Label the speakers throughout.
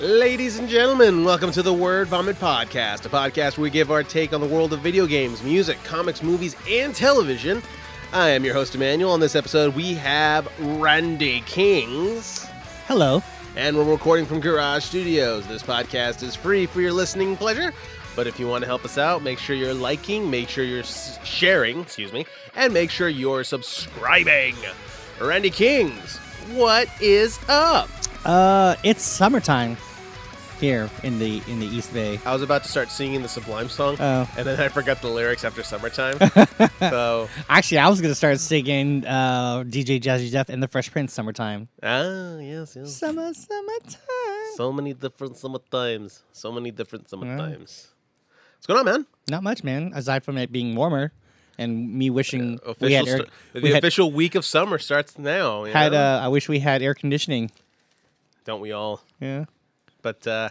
Speaker 1: Ladies and gentlemen, welcome to the Word Vomit Podcast, a podcast where we give our take on the world of video games, music, comics, movies, and television. I am your host, Emmanuel. On this episode, we have Randy Kings,
Speaker 2: Hello.
Speaker 1: and we're recording from Garage Studios. This podcast is free for your listening pleasure, but if you want to help us out, make sure you're liking, make sure you're s- sharing, excuse me, and make sure you're subscribing. Randy Kings, what is up?
Speaker 2: Uh, it's summertime here in the in the East Bay.
Speaker 1: I was about to start singing the Sublime song,
Speaker 2: Oh.
Speaker 1: and then I forgot the lyrics after summertime. so,
Speaker 2: Actually, I was gonna start singing uh, DJ Jazzy Jeff and the Fresh Prince "Summertime."
Speaker 1: ah, yes, yes.
Speaker 2: Summer, summertime.
Speaker 1: So many different summer times. So many different summer
Speaker 2: Yeah.
Speaker 1: times. What's going on, man?
Speaker 2: Not much, man. Aside from it being warmer, and me wishing we
Speaker 1: Uh, Official
Speaker 2: had air,
Speaker 1: sta-
Speaker 2: we
Speaker 1: the
Speaker 2: had,
Speaker 1: official week of summer starts now. you
Speaker 2: had
Speaker 1: know?
Speaker 2: uh, I wish we had air conditioning.
Speaker 1: Don't we all?
Speaker 2: Yeah.
Speaker 1: But uh,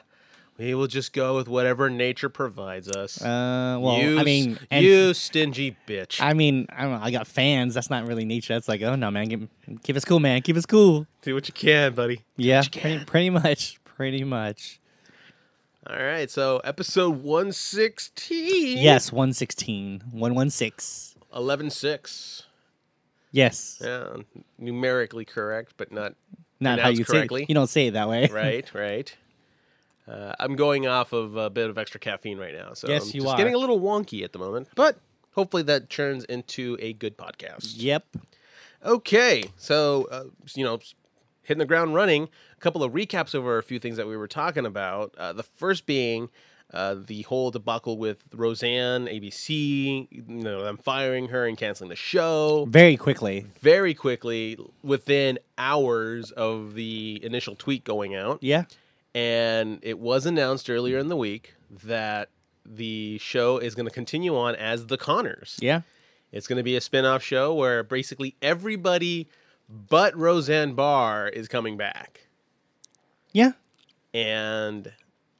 Speaker 1: we will just go with whatever nature provides us.
Speaker 2: Uh, well,
Speaker 1: you,
Speaker 2: I
Speaker 1: s-
Speaker 2: mean, and
Speaker 1: you stingy bitch.
Speaker 2: I mean, I don't know. I got fans. That's not really nature. That's like, oh no, man, give, keep us cool, man. Keep us cool.
Speaker 1: Do what you can, buddy.
Speaker 2: Yeah, pretty, pretty much, pretty much.
Speaker 1: All right, so episode 116.
Speaker 2: Yes, 116. 116.
Speaker 1: 11 6.
Speaker 2: Yes.
Speaker 1: Yeah, Uh, numerically correct, but not
Speaker 2: Not how
Speaker 1: pronounced
Speaker 2: you say
Speaker 1: correctly.
Speaker 2: it. You don't say it that way.
Speaker 1: right. Right. Uh, I'm going off of a bit of extra caffeine right now, so
Speaker 2: Yes,
Speaker 1: I'm
Speaker 2: you
Speaker 1: just
Speaker 2: are.
Speaker 1: getting a little wonky at the moment. But hopefully that turns into a good podcast.
Speaker 2: Yep.
Speaker 1: Okay, so uh, you know, hitting the ground running. A couple of recaps over a few things that we were talking about. Uh, the first being. Uh, the whole debacle with Roseanne, ABC, you know, them firing her and canceling the show.
Speaker 2: Very quickly.
Speaker 1: very quickly within hours of the initial tweet going out.
Speaker 2: Yeah.
Speaker 1: And it was announced earlier in the week that the show is going to continue on as The Connors.
Speaker 2: Yeah.
Speaker 1: It's going to be a spin off show where basically everybody but Roseanne Barr is coming back.
Speaker 2: Yeah.
Speaker 1: And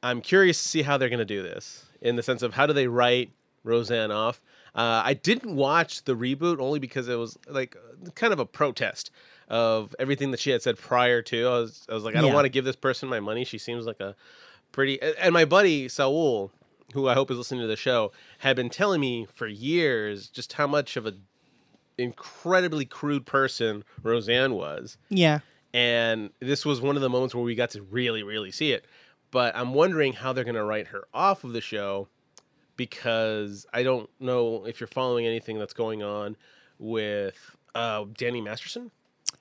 Speaker 1: I'm curious to see how they're going to do this in the sense of how do they write Roseanne off. Uh, I didn't watch the reboot only because it was like kind of a protest of everything that she had said prior to. I was, I was like, I don't
Speaker 2: Yeah.
Speaker 1: want to give this person my money. She seems like a pretty. a- And my buddy Saul, who I hope is listening to the show, had been telling me for years just how much of a incredibly crude person Roseanne was
Speaker 2: Yeah.
Speaker 1: and this was one of the moments where we got to really really see it but i'm wondering how they're going to write her off of the show because i don't know if you're following anything that's going on with uh, danny masterson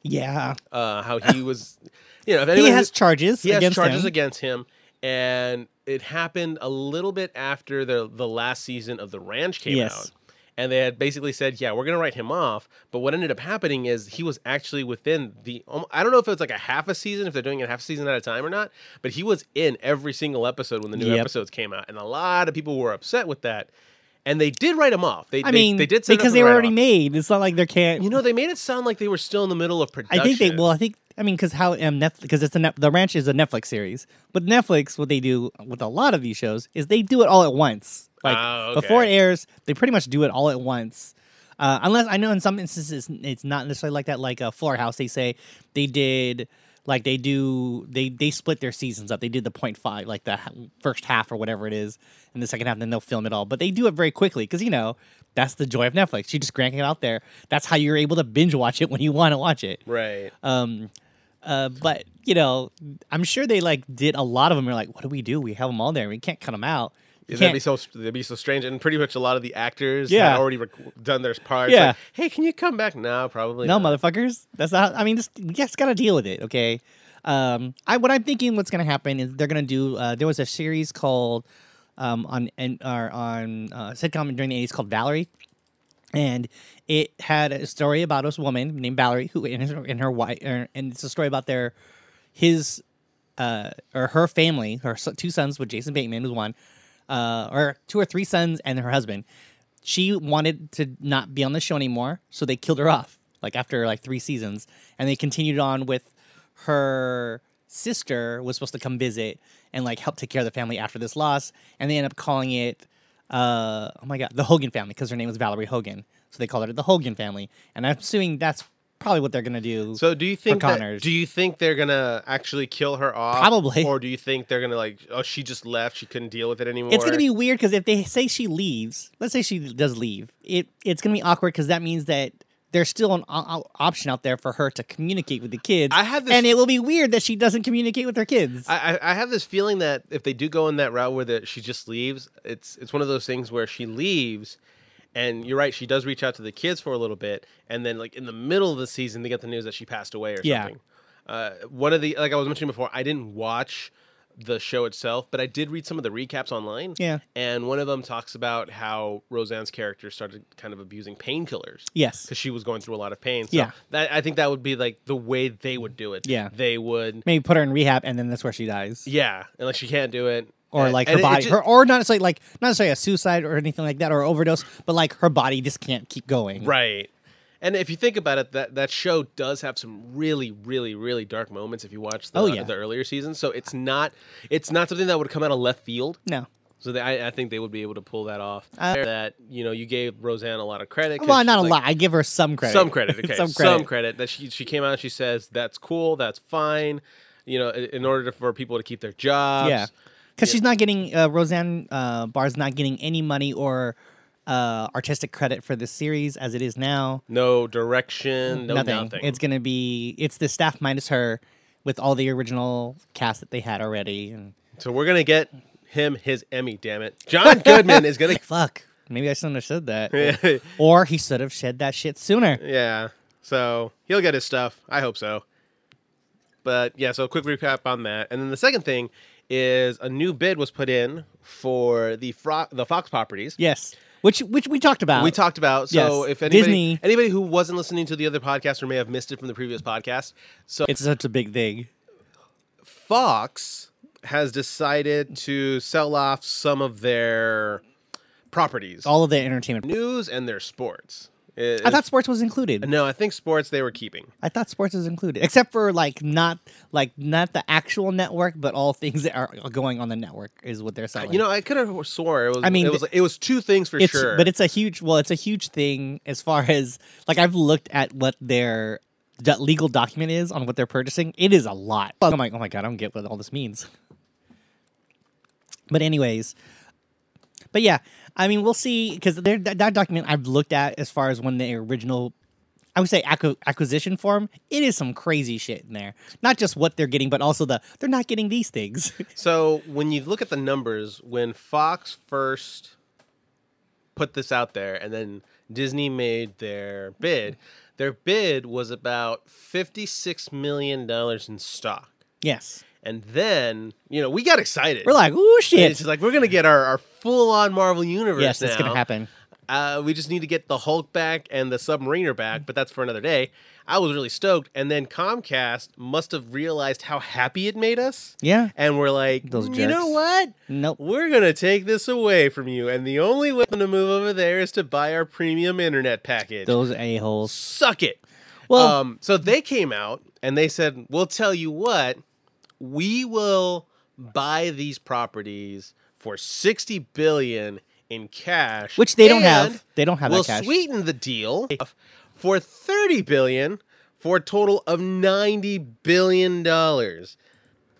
Speaker 2: Yeah.
Speaker 1: uh, how he was you know if
Speaker 2: he
Speaker 1: anyone
Speaker 2: has charges
Speaker 1: he has
Speaker 2: against
Speaker 1: charges
Speaker 2: him.
Speaker 1: against him and it happened a little bit after the the last season of the ranch came
Speaker 2: Yes.
Speaker 1: out and they had basically said yeah we're going to write him off but what ended up happening is he was actually within the um, i don't know if it was like a half a season if they're doing it half a season at a time or not but he was in every single episode when the new
Speaker 2: Yep.
Speaker 1: episodes came out and a lot of people were upset with that and they did write him off they
Speaker 2: I
Speaker 1: they,
Speaker 2: mean,
Speaker 1: they did set it up
Speaker 2: because
Speaker 1: for
Speaker 2: they
Speaker 1: the
Speaker 2: were already
Speaker 1: write-off.
Speaker 2: made. It's not like they can't.
Speaker 1: you know they made it sound like they were still in the middle of
Speaker 2: I
Speaker 1: production
Speaker 2: think they. Well, I think. I mean, because how um, Netflix, because it's a Net, the ranch is a Netflix series. But Netflix, what they do with a lot of these shows is they do it all at once. Like
Speaker 1: Oh,
Speaker 2: before it
Speaker 1: okay.
Speaker 2: airs, they pretty much do it all at once. Uh, unless I know in some instances it's not necessarily like that. Like a Floor House, they say they did like they do they they split their seasons up. They did the point five, like the h- first half or whatever it is, and the second half. Then they'll film it all, but they do it very quickly because you know that's the joy of Netflix. You just crank it out there. That's how you're able to binge watch it when you want to watch it.
Speaker 1: right
Speaker 2: Um, uh, but you know, I'm sure they like did a lot of them. You're like, what do we do? We have them all there. We can't cut them out. You
Speaker 1: Yeah, that'd
Speaker 2: can't-
Speaker 1: be so that'd be so strange, and pretty much a lot of the actors
Speaker 2: Yeah.
Speaker 1: had already rec- done their parts.
Speaker 2: Yeah.
Speaker 1: like, hey, can you come back? No, probably
Speaker 2: no,
Speaker 1: not.
Speaker 2: motherfuckers. That's not. I mean, just you just gotta deal with it. Okay. Um, I what I'm thinking what's gonna happen is they're gonna do. Uh, there was a series called um on and or on uh, sitcom during the 80s called Valerie. and it had a story about this woman named Valerie who and her, and her wife er, and it's a story about their his uh or her family her so- two sons with Jason Bateman was one uh or two or three sons and her husband she wanted to not be on the show anymore so they killed her off like after like three seasons and they continued on with her sister was supposed to come visit and like help take care of the family after this loss and they end up calling it uh oh my god the hogan family because her name was valerie hogan so they called it the hogan family and i'm assuming that's probably what they're gonna do.
Speaker 1: So do you think that,
Speaker 2: Connors.
Speaker 1: do you think they're gonna actually kill her off?
Speaker 2: Probably.
Speaker 1: Or do you think they're gonna like oh she just left, she couldn't deal with it anymore?
Speaker 2: it's gonna be weird because if they say she leaves, let's say she does leave, it it's gonna be awkward because that means that there's still an o- o- option out there for her to communicate with the kids.
Speaker 1: I have this-
Speaker 2: and it will be weird that she doesn't communicate with her kids.
Speaker 1: I, I- I have this feeling that if they do go in that route where that she just leaves, it's it's one of those things where she leaves, and you're right, she does reach out to the kids for a little bit, and then like in the middle of the season, they get the news that she passed away or
Speaker 2: Yeah.
Speaker 1: something. Uh, one of the like I was mentioning before, I didn't watch the show itself, but I did read some of the recaps online.
Speaker 2: Yeah.
Speaker 1: and one of them talks about how Roseanne's character started kind of abusing painkillers
Speaker 2: yes,
Speaker 1: because she was going through a lot of pain. So
Speaker 2: Yeah.
Speaker 1: that, I think that would be like the way they would do it.
Speaker 2: Yeah.
Speaker 1: they would.
Speaker 2: maybe put her in rehab and then that's where she dies.
Speaker 1: Yeah, unless she can't do it,
Speaker 2: Or
Speaker 1: And-
Speaker 2: like
Speaker 1: and
Speaker 2: her
Speaker 1: it- it
Speaker 2: body,
Speaker 1: ju-
Speaker 2: her, or not necessarily like not necessarily a suicide or anything like that, or overdose, but like her body just can't keep going.
Speaker 1: right? And if you think about it, that that show does have some really, really, really dark moments. If you watch the,
Speaker 2: Oh, yeah.
Speaker 1: the earlier seasons, so it's not it's not something that would come out of left field.
Speaker 2: No,
Speaker 1: So they, I, I think they would be able to pull that off.
Speaker 2: Uh,
Speaker 1: that you know, you gave Roseanne a lot of credit. 'cause
Speaker 2: well,
Speaker 1: she's
Speaker 2: not a
Speaker 1: like-
Speaker 2: lot. I give her some credit.
Speaker 1: Some credit, okay,
Speaker 2: some credit.
Speaker 1: that she she came out and she says that's cool, that's fine. You know, in in order to, for people to keep their jobs.
Speaker 2: Yeah, because she's not getting uh, Roseanne uh, Barr's not getting any money or uh, artistic credit for this series as it is now.
Speaker 1: No direction, no nothing.
Speaker 2: It's gonna be it's the staff minus her, with all the original cast that they had already. And
Speaker 1: So we're gonna get him his Emmy. Damn it, John Goodman is gonna.
Speaker 2: fuck, maybe I should have said that, or he should have said that shit sooner.
Speaker 1: yeah. So he'll get his stuff. I hope so. But yeah, so a quick recap on that, and then the second thing is a new bid was put in for the Fro- the Fox properties.
Speaker 2: Yes, which which we talked about.
Speaker 1: We talked about so
Speaker 2: Yes.
Speaker 1: if anybody
Speaker 2: Disney-
Speaker 1: anybody who wasn't listening to the other podcast or may have missed it from the previous podcast, so
Speaker 2: It's such a big thing.
Speaker 1: Fox has decided to sell off some of their properties,
Speaker 2: All of the entertainment.
Speaker 1: news and their sports. It-
Speaker 2: I thought sports was included.
Speaker 1: No, I think sports they were keeping.
Speaker 2: I thought sports was included, except for like not like not the actual network, but all things that are going on the network is what they're selling.
Speaker 1: Uh, You know, I could have swore it was.
Speaker 2: I mean,
Speaker 1: it was it was two things for
Speaker 2: it's
Speaker 1: sure.
Speaker 2: but it's a huge well, it's a huge thing as far as like I've looked at what their that legal document is on what they're purchasing. It is a lot. I'm like, oh my god, I don't get what all this means. But anyways, but yeah, I mean, we'll see because that, that document I've looked at as far as when the original, I would say acqu- acquisition form. It is some crazy shit in there. Not just what they're getting, but also the they're not getting these things.
Speaker 1: so when you look at the numbers, when Fox first put this out there, and then Disney made their bid, their bid was about fifty six million dollars in stock.
Speaker 2: yes,
Speaker 1: And then you know we got excited.
Speaker 2: we're like, oh
Speaker 1: it's
Speaker 2: shit,
Speaker 1: just like we're gonna get our, our full on Marvel universe.
Speaker 2: yes, that's
Speaker 1: now.
Speaker 2: gonna happen.
Speaker 1: Uh, we just need to get the Hulk back and the Submariner back, but that's for another day. I was really stoked, and then Comcast must have realized how happy it made us,
Speaker 2: Yeah.
Speaker 1: and we're like,
Speaker 2: Those
Speaker 1: you know
Speaker 2: jerks.
Speaker 1: what?
Speaker 2: Nope.
Speaker 1: We're gonna take this away from you, and the only way to move over there is to buy our premium internet package.
Speaker 2: Those a holes.
Speaker 1: Suck it.
Speaker 2: Well,
Speaker 1: um, so they came out and they said, "We'll tell you what, we will buy these properties for sixty billion in cash,
Speaker 2: which they don't
Speaker 1: and
Speaker 2: have. They don't have
Speaker 1: we'll
Speaker 2: that cash.
Speaker 1: sweeten the deal for 30 billion for a total of 90 billion dollars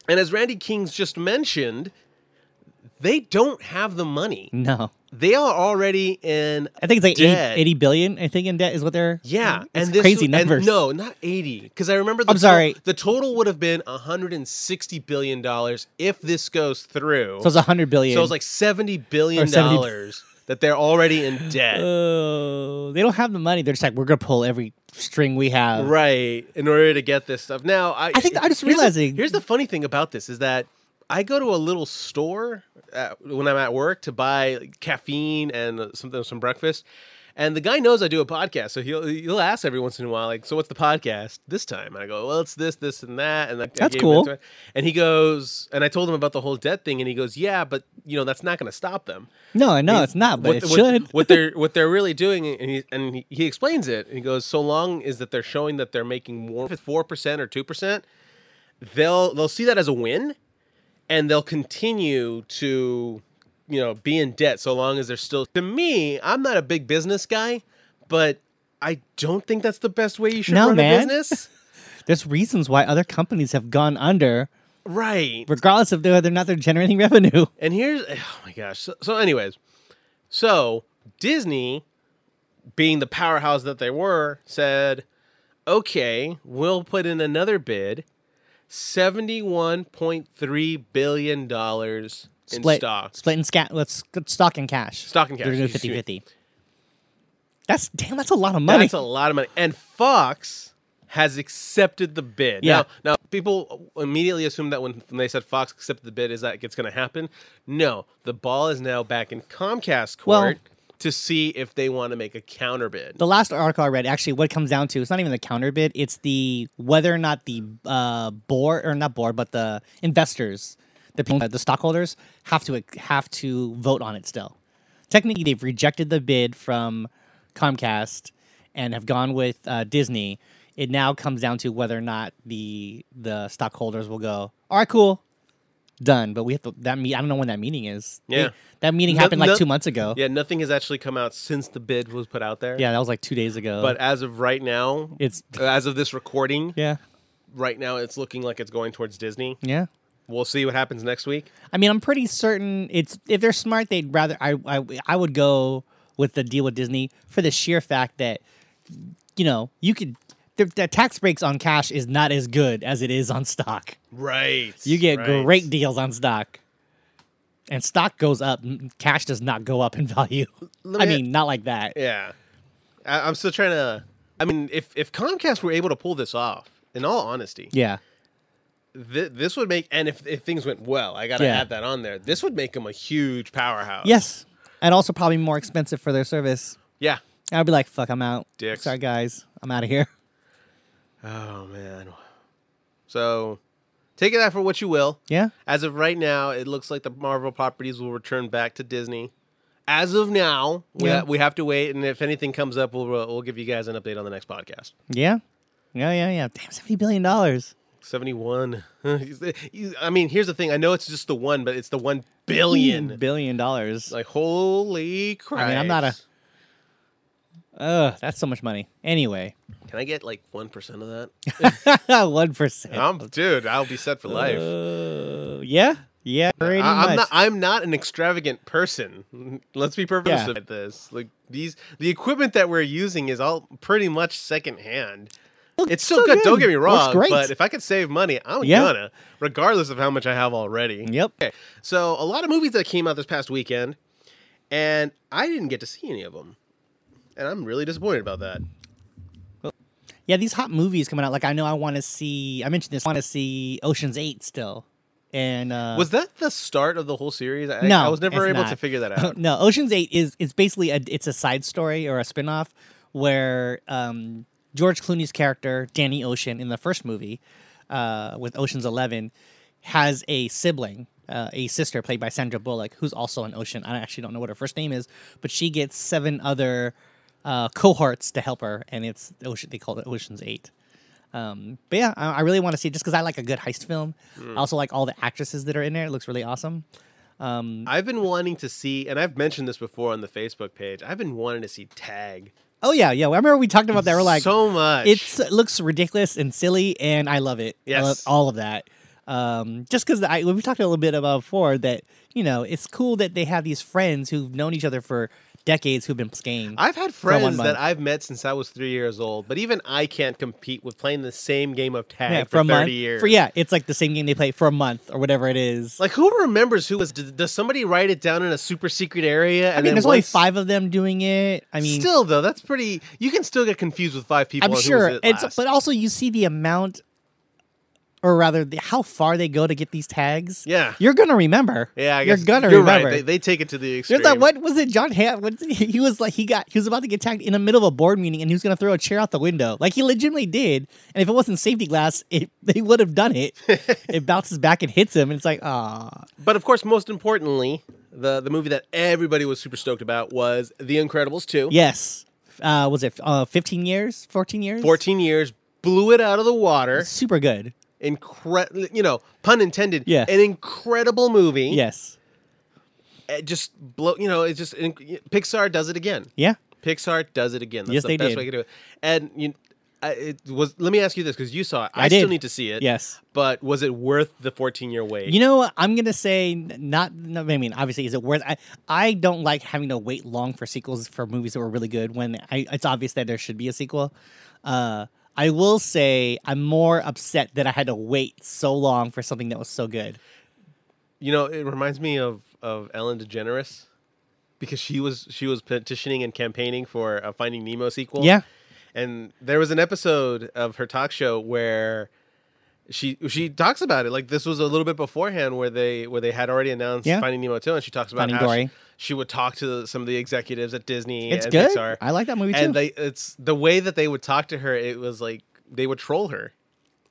Speaker 1: and as randy king's just mentioned they don't have the money
Speaker 2: No,
Speaker 1: they are already in
Speaker 2: I think it's like 80,
Speaker 1: Dead.
Speaker 2: 80 billion. I think in debt is what they're.
Speaker 1: yeah
Speaker 2: it's
Speaker 1: and this
Speaker 2: crazy
Speaker 1: and
Speaker 2: numbers.
Speaker 1: no not 80 because i remember the
Speaker 2: I'm sorry.
Speaker 1: the total would have been 160 billion dollars if this goes through
Speaker 2: so it's hundred billion.
Speaker 1: So it's like 70 billion
Speaker 2: Or 70
Speaker 1: dollars that they're already in debt
Speaker 2: oh, they don't have the money. They're just like, we're gonna pull every string we have.
Speaker 1: right in order to get this stuff now i,
Speaker 2: I think I'm just
Speaker 1: here's the-
Speaker 2: realizing-
Speaker 1: here's the funny thing about this is that i go to a little store uh when i'm at work to buy caffeine and uh, something some breakfast and the guy knows I do a podcast, so he'll he'll ask every once in a while, like, "So what's the podcast this time?" And I go, "Well, it's this, this, and that." And I, I
Speaker 2: That's
Speaker 1: gave him
Speaker 2: cool.
Speaker 1: that- And he goes, and I told him about the whole debt thing, and he goes, "Yeah, but you know that's not going to stop them."
Speaker 2: No, I know it's not,
Speaker 1: what,
Speaker 2: but it
Speaker 1: what-
Speaker 2: should.
Speaker 1: what they're what they're really doing, and he, and he, he explains it. And he goes, so long is that they're showing that they're making more, four percent or two percent, they'll they'll see that as a win, and they'll continue to, you know, be in debt so long as they're still. To me, I'm not a big business guy, but. I- I don't think that's the best way you should
Speaker 2: No,
Speaker 1: run
Speaker 2: man.
Speaker 1: a business.
Speaker 2: There's reasons why other companies have gone under,
Speaker 1: right.
Speaker 2: regardless of whether or not they're generating revenue.
Speaker 1: And here's oh my gosh. So, so anyways, so Disney, being the powerhouse that they were, said, "Okay, we'll put in another bid, seventy-one point three billion dollars in
Speaker 2: Split,
Speaker 1: stock,
Speaker 2: split and scat. Let's stock and cash.
Speaker 1: stock and cash.
Speaker 2: They're gonna do
Speaker 1: excuse
Speaker 2: 50
Speaker 1: me.
Speaker 2: 50. That's damn. That's a lot of money.
Speaker 1: That's a lot of money. And Fox has accepted the bid.
Speaker 2: Yeah.
Speaker 1: Now, now people immediately assume that when, when they said Fox accepted the bid, is that it's going to happen? No, the ball is now back in Comcast court
Speaker 2: Well-
Speaker 1: to see if they want to make a counter bid.
Speaker 2: the last article I read, actually, what it comes down to, it's not even the counter bid. It's the whether or not the uh, board or not board, but the investors, the people, the stockholders have to have to vote on it still. Technically, they've rejected the bid from Comcast and have gone with uh, Disney. It now comes down to whether or not the the stockholders will go. All right, cool, done. But we have to that meet. I don't know when that meeting is. They-
Speaker 1: Yeah.
Speaker 2: that meeting
Speaker 1: No-
Speaker 2: happened like
Speaker 1: no-
Speaker 2: two months ago. Yeah.
Speaker 1: yeah, nothing has actually come out since the bid was put out there.
Speaker 2: that was like two days ago.
Speaker 1: But as of right now,
Speaker 2: it's
Speaker 1: as of this recording,
Speaker 2: yeah,
Speaker 1: right now it's looking like it's going towards Disney.
Speaker 2: yeah.
Speaker 1: We'll see what happens next week.
Speaker 2: I mean, I'm pretty certain it's if they're smart, they'd rather I I, I would go with the deal with Disney for the sheer fact that you know you could the, the tax breaks on cash is not as good as it is on stock.
Speaker 1: Right.
Speaker 2: You get
Speaker 1: right.
Speaker 2: great deals on stock, and stock goes up. m- Cash does not go up in value.
Speaker 1: Let
Speaker 2: I
Speaker 1: me-
Speaker 2: mean, not like that.
Speaker 1: Yeah, I, I'm still trying to. I mean, if if Comcast were able to pull this off, in all honesty,
Speaker 2: Yeah,
Speaker 1: thi- this would make. And if, if things went well, I gotta
Speaker 2: Yeah.
Speaker 1: add that on there. This would make them a huge powerhouse.
Speaker 2: yes, and also probably more expensive for their service.
Speaker 1: Yeah.
Speaker 2: I'd be like, fuck, I'm out.
Speaker 1: Dicks.
Speaker 2: Sorry, guys, I'm out of here.
Speaker 1: Oh man. So, take it out for what you will.
Speaker 2: Yeah,
Speaker 1: As of right now, it looks like the Marvel properties will return back to Disney. As of now, we,
Speaker 2: Yeah.
Speaker 1: we have to wait, and if anything comes up, we'll we'll give you guys an update on the next podcast.
Speaker 2: yeah, yeah, yeah, yeah. Damn, seventy billion dollars.
Speaker 1: 71. I mean, here's the thing. I know it's just the one, but it's the 1 billion.
Speaker 2: billion dollars.
Speaker 1: Like, holy crap.
Speaker 2: Hmm. I mean, I'm not a- Ugh, that's so much money. Anyway,
Speaker 1: Can I get like 1% of that?
Speaker 2: one percent.
Speaker 1: I'm, dude, I'll be set for life.
Speaker 2: yeah, yeah, Uh,
Speaker 1: I,
Speaker 2: pretty much.
Speaker 1: am not I'm not an extravagant person. Let's be purposeful
Speaker 2: Yeah.
Speaker 1: at this. Like these the equipment that we're using is all pretty much secondhand. It's still
Speaker 2: so
Speaker 1: good, don't
Speaker 2: good.
Speaker 1: get me
Speaker 2: Looks
Speaker 1: wrong,
Speaker 2: great.
Speaker 1: but if I could save money, I'm
Speaker 2: Yeah.
Speaker 1: gonna, regardless of how much I have already.
Speaker 2: Yep.
Speaker 1: Okay, so a lot of movies that came out this past weekend, and I didn't get to see any of them, and I'm really disappointed about that.
Speaker 2: Yeah, these hot movies coming out. Like I know I want to see. I mentioned this. I want to see Ocean's Eight still. And uh,
Speaker 1: Was that the start of the whole series? I,
Speaker 2: no,
Speaker 1: I was never
Speaker 2: it's
Speaker 1: able
Speaker 2: not.
Speaker 1: to figure that out.
Speaker 2: no, Ocean's Eight is it's basically a it's a side story or a spin off where um, George Clooney's character Danny Ocean in the first movie uh, with Ocean's Eleven has a sibling. Uh, a sister played by Sandra Bullock, who's also an ocean. I actually don't know what her first name is, but she gets seven other uh, cohorts to help her, and it's ocean. They call it Ocean's Eight. Um, but yeah, I, I really want to see it just because I like a good heist film. I also like all the actresses that are in there. It looks really awesome.
Speaker 1: I've been wanting to see, and I've mentioned this before on the Facebook page. I've been wanting to see Tag
Speaker 2: Oh yeah, yeah. I remember we talked about that. We're like,
Speaker 1: so much.
Speaker 2: it's it looks ridiculous and silly, and I love it. I love
Speaker 1: Yes.
Speaker 2: all of that. Um, just because I we talked a little bit about before that you know it's cool that they have these friends who've known each other for decades who've been playing.
Speaker 1: I've had
Speaker 2: one
Speaker 1: friends
Speaker 2: month.
Speaker 1: that I've met since I was three years old, but even I can't compete with playing the same game of tag
Speaker 2: yeah,
Speaker 1: for,
Speaker 2: for a
Speaker 1: thirty
Speaker 2: month.
Speaker 1: years.
Speaker 2: For yeah, it's like the same game they play for a month or whatever it is.
Speaker 1: Like who remembers who was? Does, does somebody write it down in a super secret area? And
Speaker 2: I mean,
Speaker 1: then
Speaker 2: there's only
Speaker 1: once,
Speaker 2: five of them doing it. I mean,
Speaker 1: still though, that's pretty. You can still get confused with five people.
Speaker 2: I'm
Speaker 1: on who was
Speaker 2: sure
Speaker 1: it
Speaker 2: it's
Speaker 1: last.
Speaker 2: but also you see the amount, or rather, the, how far they go to get these tags.
Speaker 1: yeah,
Speaker 2: You're gonna remember.
Speaker 1: yeah. I
Speaker 2: you're
Speaker 1: guess
Speaker 2: gonna
Speaker 1: you're
Speaker 2: remember.
Speaker 1: Right. They, they take it to the extreme.
Speaker 2: There's that. What was it? John Hamm. What, he was like. He got. He was about to get tagged in the middle of a board meeting, and he was going to throw a chair out the window. Like he legitimately did. And if it wasn't safety glass, it they would have done it. it bounces back and hits him, and it's like, ah,
Speaker 1: But of course, most importantly, the the movie that everybody was super stoked about was The Incredibles two.
Speaker 2: yes. Uh, was it uh, 15 years? 14 years?
Speaker 1: Fourteen years blew it out of the water.
Speaker 2: Super good.
Speaker 1: Incredible. You know, pun intended.
Speaker 2: Yeah.
Speaker 1: An incredible movie.
Speaker 2: Yes.
Speaker 1: it just blow you know it's just Pixar does it again.
Speaker 2: Yeah.
Speaker 1: Pixar does it again. That's
Speaker 2: Yes,
Speaker 1: the
Speaker 2: they
Speaker 1: best
Speaker 2: did.
Speaker 1: way to do it. And you, I, it was. Let me ask you this because you saw it. I,
Speaker 2: I
Speaker 1: still
Speaker 2: did.
Speaker 1: need to see it.
Speaker 2: Yes.
Speaker 1: But was it worth the 14 year wait?
Speaker 2: You know, I'm gonna say n- not. No, I mean, obviously, is it worth? I I don't like having to wait long for sequels for movies that were really good when I, it's obvious that there should be a sequel. Uh, I will say I'm more upset that I had to wait so long for something that was so good.
Speaker 1: You know, it reminds me of of Ellen DeGeneres because she was she was petitioning and campaigning for a Finding Nemo sequel.
Speaker 2: yeah,
Speaker 1: and there was an episode of her talk show where she she talks about it like this was a little bit beforehand where they where they had already announced
Speaker 2: Yeah.
Speaker 1: Finding Nemo 2 and she talks about
Speaker 2: Finding
Speaker 1: how
Speaker 2: Dory.
Speaker 1: She, she would talk to some of the executives at Disney
Speaker 2: it's
Speaker 1: and
Speaker 2: good.
Speaker 1: Pixar
Speaker 2: I like that movie too.
Speaker 1: and they it's the way that they would talk to her it was like they would troll her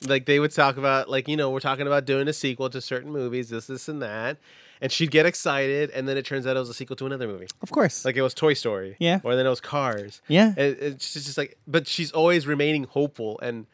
Speaker 1: like they would talk about like you know we're talking about doing a sequel to certain movies this this and that and she'd get excited and then it turns out it was a sequel to another movie
Speaker 2: of course.
Speaker 1: like it was Toy Story
Speaker 2: Yeah.
Speaker 1: or then it was Cars
Speaker 2: yeah.
Speaker 1: it, it's just just like, but she's always remaining hopeful, and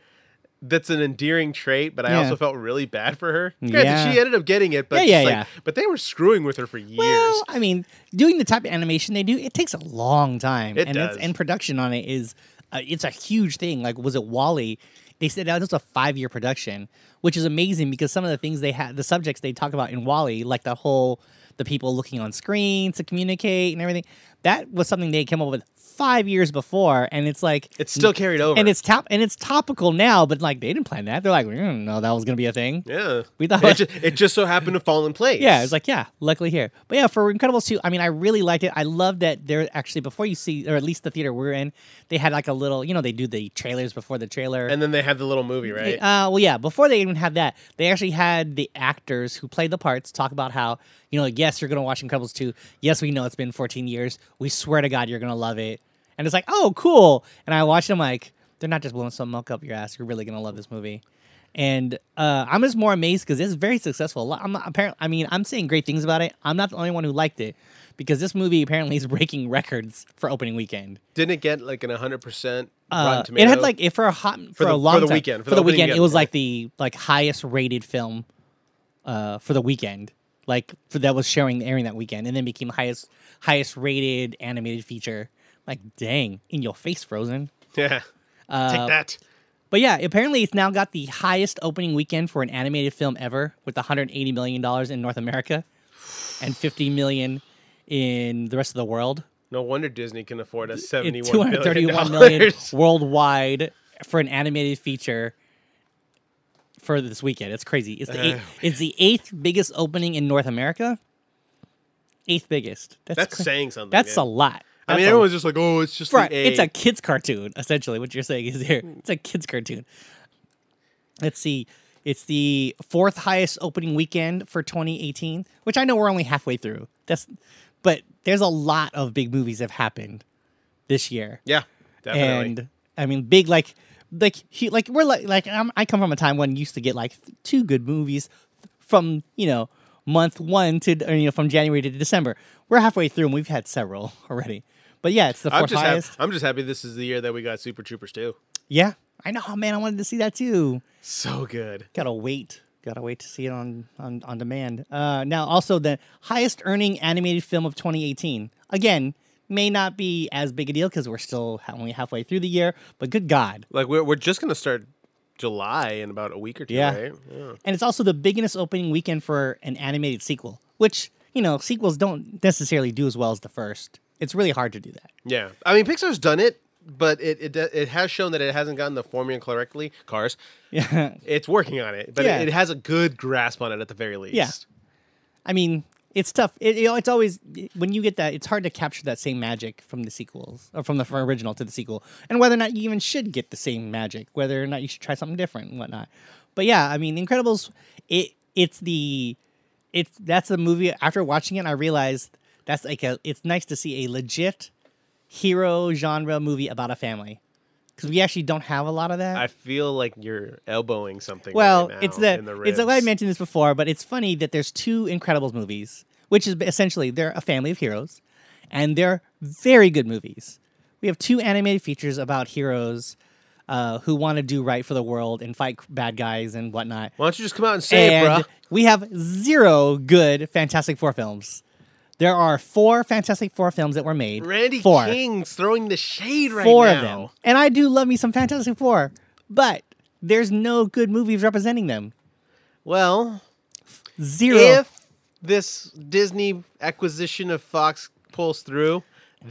Speaker 1: that's an endearing trait. But I
Speaker 2: Yeah.
Speaker 1: also felt really bad for her. Granted,
Speaker 2: Yeah.
Speaker 1: she ended up getting it, but
Speaker 2: Yeah,
Speaker 1: just
Speaker 2: yeah,
Speaker 1: like- but they were screwing with her for years.
Speaker 2: Well, I mean, doing the type of animation they do, it takes a long time.
Speaker 1: It
Speaker 2: and
Speaker 1: does.
Speaker 2: and production on it is uh, it's a huge thing. Like was it Wally? They said that was a 5-year production, which is amazing because some of the things they had the subjects they talk about in Wally, like the whole the people looking on screens to communicate and everything, that was something they came up with 5 years before and it's like
Speaker 1: it's still carried over,
Speaker 2: and it's top and it's topical now, but like they didn't plan that. They're like, we didn't know that was gonna be a thing.
Speaker 1: yeah.
Speaker 2: We thought-
Speaker 1: it, just, it just so happened to fall in place.
Speaker 2: Yeah, it's like yeah, luckily here. But yeah, for Incredibles two, I mean, I really liked it. I love that they're actually before you see, or at least the theater we're in, they had like a little, you know, they do the trailers before the trailer.
Speaker 1: and then they had the little movie, right?
Speaker 2: Uh, well, yeah. Before they even had that, they actually had the actors who played the parts talk about how you know, like, yes, you're gonna watch Incredibles two. Yes, we know it's been 14 years. We swear to God, you're gonna love it. And it's like, oh, cool. And I watched them like they're not just blowing some milk up your ass. You're really gonna love this movie. And uh, I'm just more amazed because it's very successful. A lot- I'm apparently, I mean, I'm saying great things about it. I'm not the only one who liked it because this movie apparently is breaking records for opening weekend.
Speaker 1: Didn't it get like an hundred percent
Speaker 2: Uh,
Speaker 1: Rotten
Speaker 2: it
Speaker 1: Tomato?
Speaker 2: had like if for a hot
Speaker 1: the-
Speaker 2: for,
Speaker 1: for
Speaker 2: a long
Speaker 1: the
Speaker 2: time-
Speaker 1: weekend,
Speaker 2: for, the weekend, it was
Speaker 1: right.
Speaker 2: like the like highest rated film uh for the weekend like for, that was showing airing that weekend and then became highest highest rated animated feature like dang in your face frozen
Speaker 1: yeah.
Speaker 2: uh,
Speaker 1: Take that.
Speaker 2: but yeah apparently it's now got the highest opening weekend for an animated film ever with 180 million dollars in North America and 50 million in the rest of the world
Speaker 1: No wonder Disney can afford a
Speaker 2: in
Speaker 1: seventy-one billion
Speaker 2: 231 million
Speaker 1: dollars.
Speaker 2: worldwide for an animated feature for this weekend. It's crazy. It's the eighth,
Speaker 1: Uh,
Speaker 2: it's the eighth biggest opening in North America. Eighth biggest. That's
Speaker 1: That's
Speaker 2: cra-
Speaker 1: saying something.
Speaker 2: that's a
Speaker 1: man.
Speaker 2: lot.
Speaker 1: I mean,
Speaker 2: That's a-
Speaker 1: everyone's just like, oh, it's just
Speaker 2: Right,
Speaker 1: the
Speaker 2: it's a
Speaker 1: A.
Speaker 2: kids cartoon essentially. What you're saying is here. It's a kids cartoon. Let's see. It's the fourth highest opening weekend for 2018, which I know we're only halfway through. That's, but there's a lot of big movies that have happened this year
Speaker 1: yeah, definitely.
Speaker 2: and I mean big like like he like we're like like I'm, I come from a time when you used to get like th- two good movies from you know month one to or, you know from January to December. We're halfway through and we've had several already. But yeah, it's the
Speaker 1: I'm
Speaker 2: fourth
Speaker 1: just,
Speaker 2: highest.
Speaker 1: hap- I'm just happy this is the year that we got Super Troopers too.
Speaker 2: yeah, I know, man. I wanted to see that too.
Speaker 1: So good.
Speaker 2: Gotta wait. Gotta wait to see it on on on demand. Uh, now also the highest earning animated film of 2018. Again, may not be as big a deal because we're still ha- only halfway through the year. But good God,
Speaker 1: Like we're we're just gonna start July in about a week or two,
Speaker 2: Yeah.
Speaker 1: right? Yeah.
Speaker 2: and it's also the biggest opening weekend for an animated sequel, which you know sequels don't necessarily do as well as the first. It's really hard to do that.
Speaker 1: Yeah. I mean, Pixar's done it, but it it, do- it has shown that it hasn't gotten the formula correctly. Cars.
Speaker 2: Yeah,
Speaker 1: It's working on it, but
Speaker 2: Yeah.
Speaker 1: it, it has a good grasp on it at the very least.
Speaker 2: I mean it's tough. It, you know, it's always when you get that, it's hard to capture that same magic from the sequels or from the original to the sequel, and whether or not you even should get the same magic, whether or not you should try something different and whatnot. But yeah, I mean, Incredibles, it it's the it's that's the movie. After watching it, I realized that's like a. It's nice to see a legit hero genre movie about a family because we actually don't have a lot of that.
Speaker 1: I feel like you're elbowing something.
Speaker 2: Well,
Speaker 1: right now
Speaker 2: it's the,
Speaker 1: in the
Speaker 2: it's I
Speaker 1: ribs.
Speaker 2: mentioned this before, but it's funny that there's two Incredibles movies, which is essentially they're a family of heroes, and they're very good movies. We have two animated features about heroes uh, who want to do right for the world and fight bad guys and whatnot.
Speaker 1: Why don't you just come out and say it,
Speaker 2: and
Speaker 1: bruh?
Speaker 2: we have zero good Fantastic Four films. There are four Fantastic Four films that were made.
Speaker 1: Randy
Speaker 2: four.
Speaker 1: King's throwing the shade right
Speaker 2: four
Speaker 1: now.
Speaker 2: of them. And I do love me some Fantastic Four, but there's no good movies representing them.
Speaker 1: Well,
Speaker 2: Zero.
Speaker 1: if this Disney acquisition of Fox pulls through,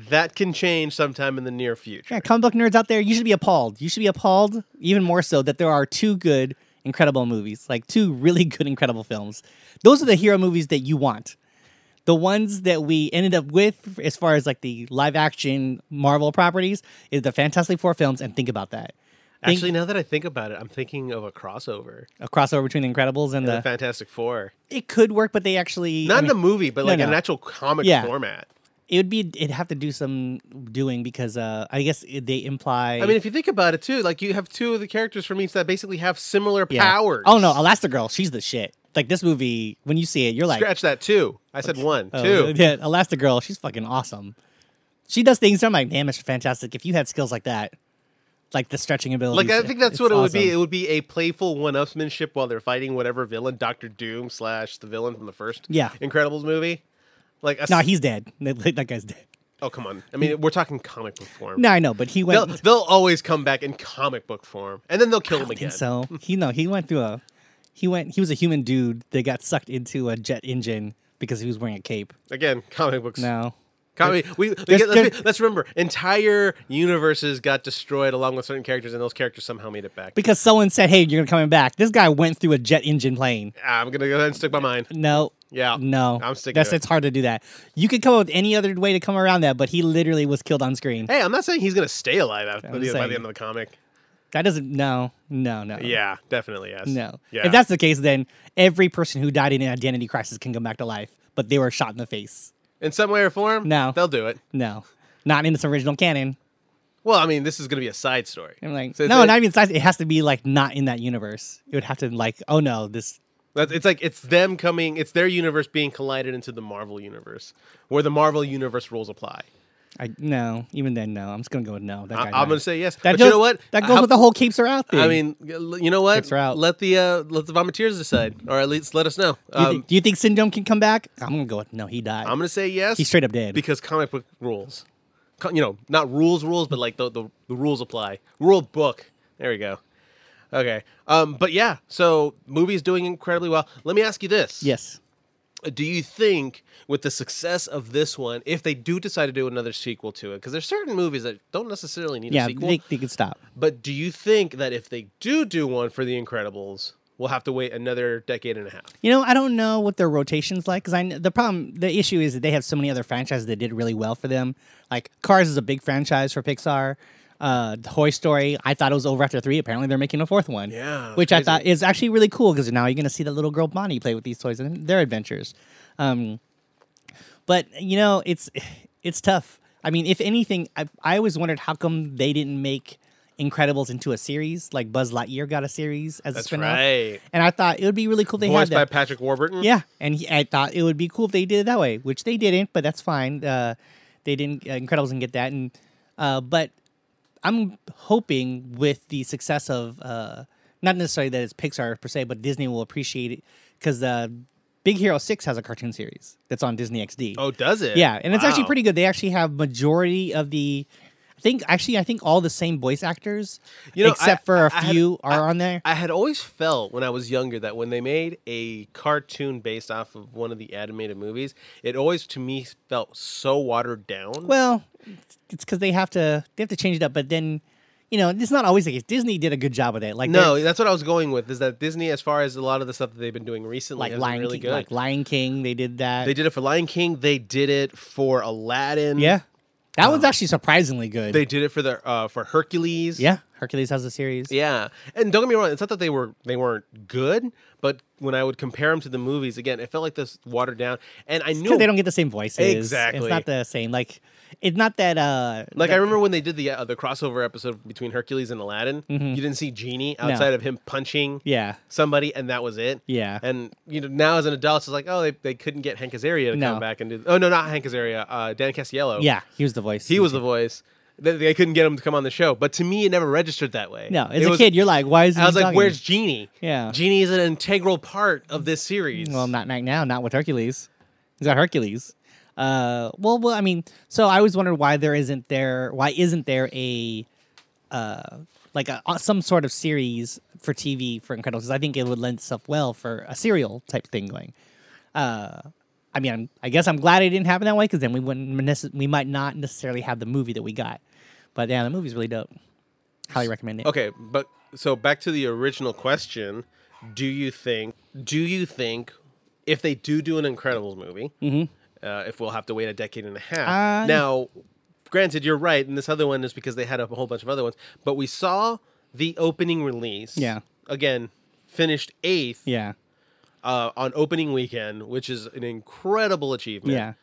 Speaker 1: that can change sometime in the near future.
Speaker 2: yeah, comic book nerds out there, you should be appalled. You should be appalled even more so that there are two good, incredible movies, like two really good, incredible films. Those are the hero movies that you want. The ones that we ended up with, as far as like the live action Marvel properties, is the Fantastic Four films. And think about that Think-
Speaker 1: Actually, now that I think about it, I'm thinking of a crossover.
Speaker 2: a crossover between the Incredibles and,
Speaker 1: in the
Speaker 2: the.
Speaker 1: Fantastic Four.
Speaker 2: It could work, but they actually
Speaker 1: Not
Speaker 2: I
Speaker 1: in a movie, but
Speaker 2: no,
Speaker 1: like an
Speaker 2: no.
Speaker 1: actual comic
Speaker 2: Yeah.
Speaker 1: format.
Speaker 2: It would be it'd have to do some doing because uh I guess it- they imply.
Speaker 1: I mean, if you think about it too, like you have two of the characters from each that basically have similar
Speaker 2: yeah.
Speaker 1: powers.
Speaker 2: Oh no, Elastigirl, she's the shit. Like this movie, when you see it, you're like,
Speaker 1: Scratch that too. I said one,
Speaker 2: oh,
Speaker 1: two.
Speaker 2: yeah, Elastigirl, she's fucking awesome. She does things. that I'm like, damn, Mr. Fantastic. If you had skills like that, like the stretching ability,
Speaker 1: Like I think that's what it would be. It would be a playful one-upsmanship while they're fighting whatever villain, Doctor Doom slash the villain from the first
Speaker 2: Yeah.
Speaker 1: Incredibles movie. Like a s-
Speaker 2: No, he's dead. That guy's dead.
Speaker 1: oh come on. I mean, we're talking comic book form.
Speaker 2: No, I know, but he
Speaker 1: They'll,
Speaker 2: went.
Speaker 1: they'll always come back in comic book form, and then they'll kill him
Speaker 2: I
Speaker 1: again.
Speaker 2: think so. He no, he went through a. He went. He was a human dude that got sucked into a jet engine because he was wearing a cape.
Speaker 1: Again, comic books.
Speaker 2: No.
Speaker 1: Comedy. We, we
Speaker 2: There's-
Speaker 1: get, let's,
Speaker 2: there's-
Speaker 1: be- let's remember, entire universes got destroyed along with certain characters, and those characters somehow made it back.
Speaker 2: because someone said, "Hey, you're coming back." This guy went through a jet engine plane.
Speaker 1: I'm gonna go ahead and stick by mine.
Speaker 2: No,
Speaker 1: Yeah,
Speaker 2: no,
Speaker 1: I'm sticking
Speaker 2: That's
Speaker 1: to it.
Speaker 2: it's hard to do that. You could come up with any other way to come around that, but he literally was killed on screen.
Speaker 1: Hey, I'm not saying he's gonna stay alive after
Speaker 2: I'm
Speaker 1: by the
Speaker 2: just
Speaker 1: by
Speaker 2: saying.
Speaker 1: the end of the comic.
Speaker 2: That doesn't. No, no, no.
Speaker 1: Yeah, definitely yes.
Speaker 2: no.
Speaker 1: Yeah.
Speaker 2: If that's the case, then every person who died in an identity crisis can come back to life, but they were shot in the face.
Speaker 1: in some way or form,
Speaker 2: No.
Speaker 1: they'll do it.
Speaker 2: No, not in its original canon.
Speaker 1: Well, I mean, this is gonna be a side story.
Speaker 2: I'm like,
Speaker 1: So it's
Speaker 2: no,
Speaker 1: like-
Speaker 2: not even. science- It has to be like not in that universe. It would have to like, oh no, this.
Speaker 1: That's- It's like it's them coming. It's their universe being collided into the Marvel universe, where the Marvel universe rules apply.
Speaker 2: I no. Even then, no. I'm just gonna go with no. That
Speaker 1: I,
Speaker 2: guy
Speaker 1: am
Speaker 2: died.
Speaker 1: gonna say yes.
Speaker 2: That
Speaker 1: but
Speaker 2: goes,
Speaker 1: you know what?
Speaker 2: That goes
Speaker 1: How-
Speaker 2: with the whole capes are out thing.
Speaker 1: I mean, you know what?
Speaker 2: Tips are out.
Speaker 1: Let the uh, let the volunteers decide, or at least let us know.
Speaker 2: Do you,
Speaker 1: Um,
Speaker 2: thi- do you think Syndrome can come back? I'm gonna go with no. He died.
Speaker 1: I'm gonna say yes.
Speaker 2: He's straight up dead.
Speaker 1: because comic book rules. Co- you know, not rules, rules, but like the the, the rules apply. Rule book. There we go. Okay. Um. But yeah. So movie's doing incredibly well. Let me ask you this.
Speaker 2: yes.
Speaker 1: Do you think with the success of this one, if they do decide to do another sequel to it, because there's certain movies that don't necessarily need a
Speaker 2: Yeah.
Speaker 1: sequel,
Speaker 2: They, they could stop.
Speaker 1: but do you think that if they do do one for The Incredibles, we'll have to wait another decade and a half?
Speaker 2: You know, I don't know what their rotations like because I kn- the problem the issue is that they have so many other franchises that did really well for them. Like Cars is a big franchise for Pixar. Uh, Toy Story, I thought it was over after three. Apparently, they're making a fourth one.
Speaker 1: Yeah,
Speaker 2: which I
Speaker 1: crazy.
Speaker 2: thought is actually really cool because now you're gonna see that little girl Bonnie play with these toys and their adventures. Um, but you know, it's it's tough. I mean, if anything, I I always wondered how come they didn't make Incredibles into a series like Buzz Lightyear got a series as a
Speaker 1: That's
Speaker 2: spinoff.
Speaker 1: right.
Speaker 2: And I thought it would be really cool. if They had
Speaker 1: Voiced
Speaker 2: that.
Speaker 1: by Patrick Warburton.
Speaker 2: Yeah, and he, I thought it would be cool if they did it that way, which they didn't, but that's fine. Uh, they didn't. Uh, Incredibles didn't get that, and uh, but I'm hoping with the success of uh, not necessarily that it's Pixar per se, but Disney will appreciate it because uh, Big Hero Six has a cartoon series that's on Disney XD.
Speaker 1: Oh, does it?
Speaker 2: Yeah, and it's actually
Speaker 1: Wow.
Speaker 2: pretty good. They actually have majority of the. I think actually, I think all the same voice actors,
Speaker 1: You know, I-
Speaker 2: except for a
Speaker 1: I had-
Speaker 2: few, are on there.
Speaker 1: I had always felt when I was younger that when they made a cartoon based off of one of the animated movies, it always to me felt so watered down.
Speaker 2: Well, it's because they have to they have to change it up. But then, you know, it's not always the case. Disney did a good job with it. Like they're-
Speaker 1: no, that's what I was going with. Is that Disney, as far as a lot of the stuff that they've been doing recently,
Speaker 2: like
Speaker 1: has been
Speaker 2: Lion
Speaker 1: really
Speaker 2: King,
Speaker 1: good.
Speaker 2: like Lion King, they did that.
Speaker 1: they did it for Lion King. They did it for Aladdin.
Speaker 2: yeah, that one's actually surprisingly good.
Speaker 1: Um, They did it for the uh, for Hercules.
Speaker 2: yeah, Hercules has a series.
Speaker 1: Yeah, and don't get me wrong. It's not that they were they weren't good, but when I would compare them to the movies, again, it felt like this watered down. And I knew
Speaker 2: Because they don't get the same voices.
Speaker 1: Exactly.
Speaker 2: It's not the same. Like, it's not that. uh
Speaker 1: like I
Speaker 2: that-
Speaker 1: remember when they did the uh, the crossover episode between Hercules and Aladdin. You didn't see genie outside of him punching
Speaker 2: Mm-hmm. Yeah.
Speaker 1: somebody, and that was it.
Speaker 2: Yeah.
Speaker 1: And you know now as an adult, it's like oh they, they couldn't get Hank Azaria to
Speaker 2: No.
Speaker 1: come back and do. Oh no, not Hank Azaria. Uh, Dan Castiello.
Speaker 2: Yeah. He was the voice.
Speaker 1: he was the voice. They, they couldn't get him to come on the show, but to me, it never registered that way.
Speaker 2: No, as
Speaker 1: It
Speaker 2: a
Speaker 1: was-
Speaker 2: kid, you're like, why is he
Speaker 1: I was like,
Speaker 2: talking?
Speaker 1: "Where's Genie?
Speaker 2: Yeah.
Speaker 1: Genie is an integral part of this series."
Speaker 2: Well, not right now. Not with Hercules. He's got Hercules. Uh, well, well, I mean, so I always wondered why there isn't there why isn't there a uh like a, some sort of series for TV for Incredibles because I think it would lend itself well for a serial type thing going. Uh, I mean, I'm, I guess I'm glad it didn't happen that way because then we wouldn't necess- we might not necessarily have the movie that we got. But yeah, the movie's really dope. Highly recommend it.
Speaker 1: Okay, but so back to the original question: Do you think? Do you think if they do do an Incredibles movie,
Speaker 2: Mm-hmm.
Speaker 1: uh, if we'll have to wait a decade and a half?
Speaker 2: Uh,
Speaker 1: now, granted, you're right, and this other one is because they had a whole bunch of other ones, but we saw the opening release.
Speaker 2: Yeah.
Speaker 1: Again, finished eighth
Speaker 2: Yeah,
Speaker 1: uh, on opening weekend, which is an incredible achievement.
Speaker 2: yeah,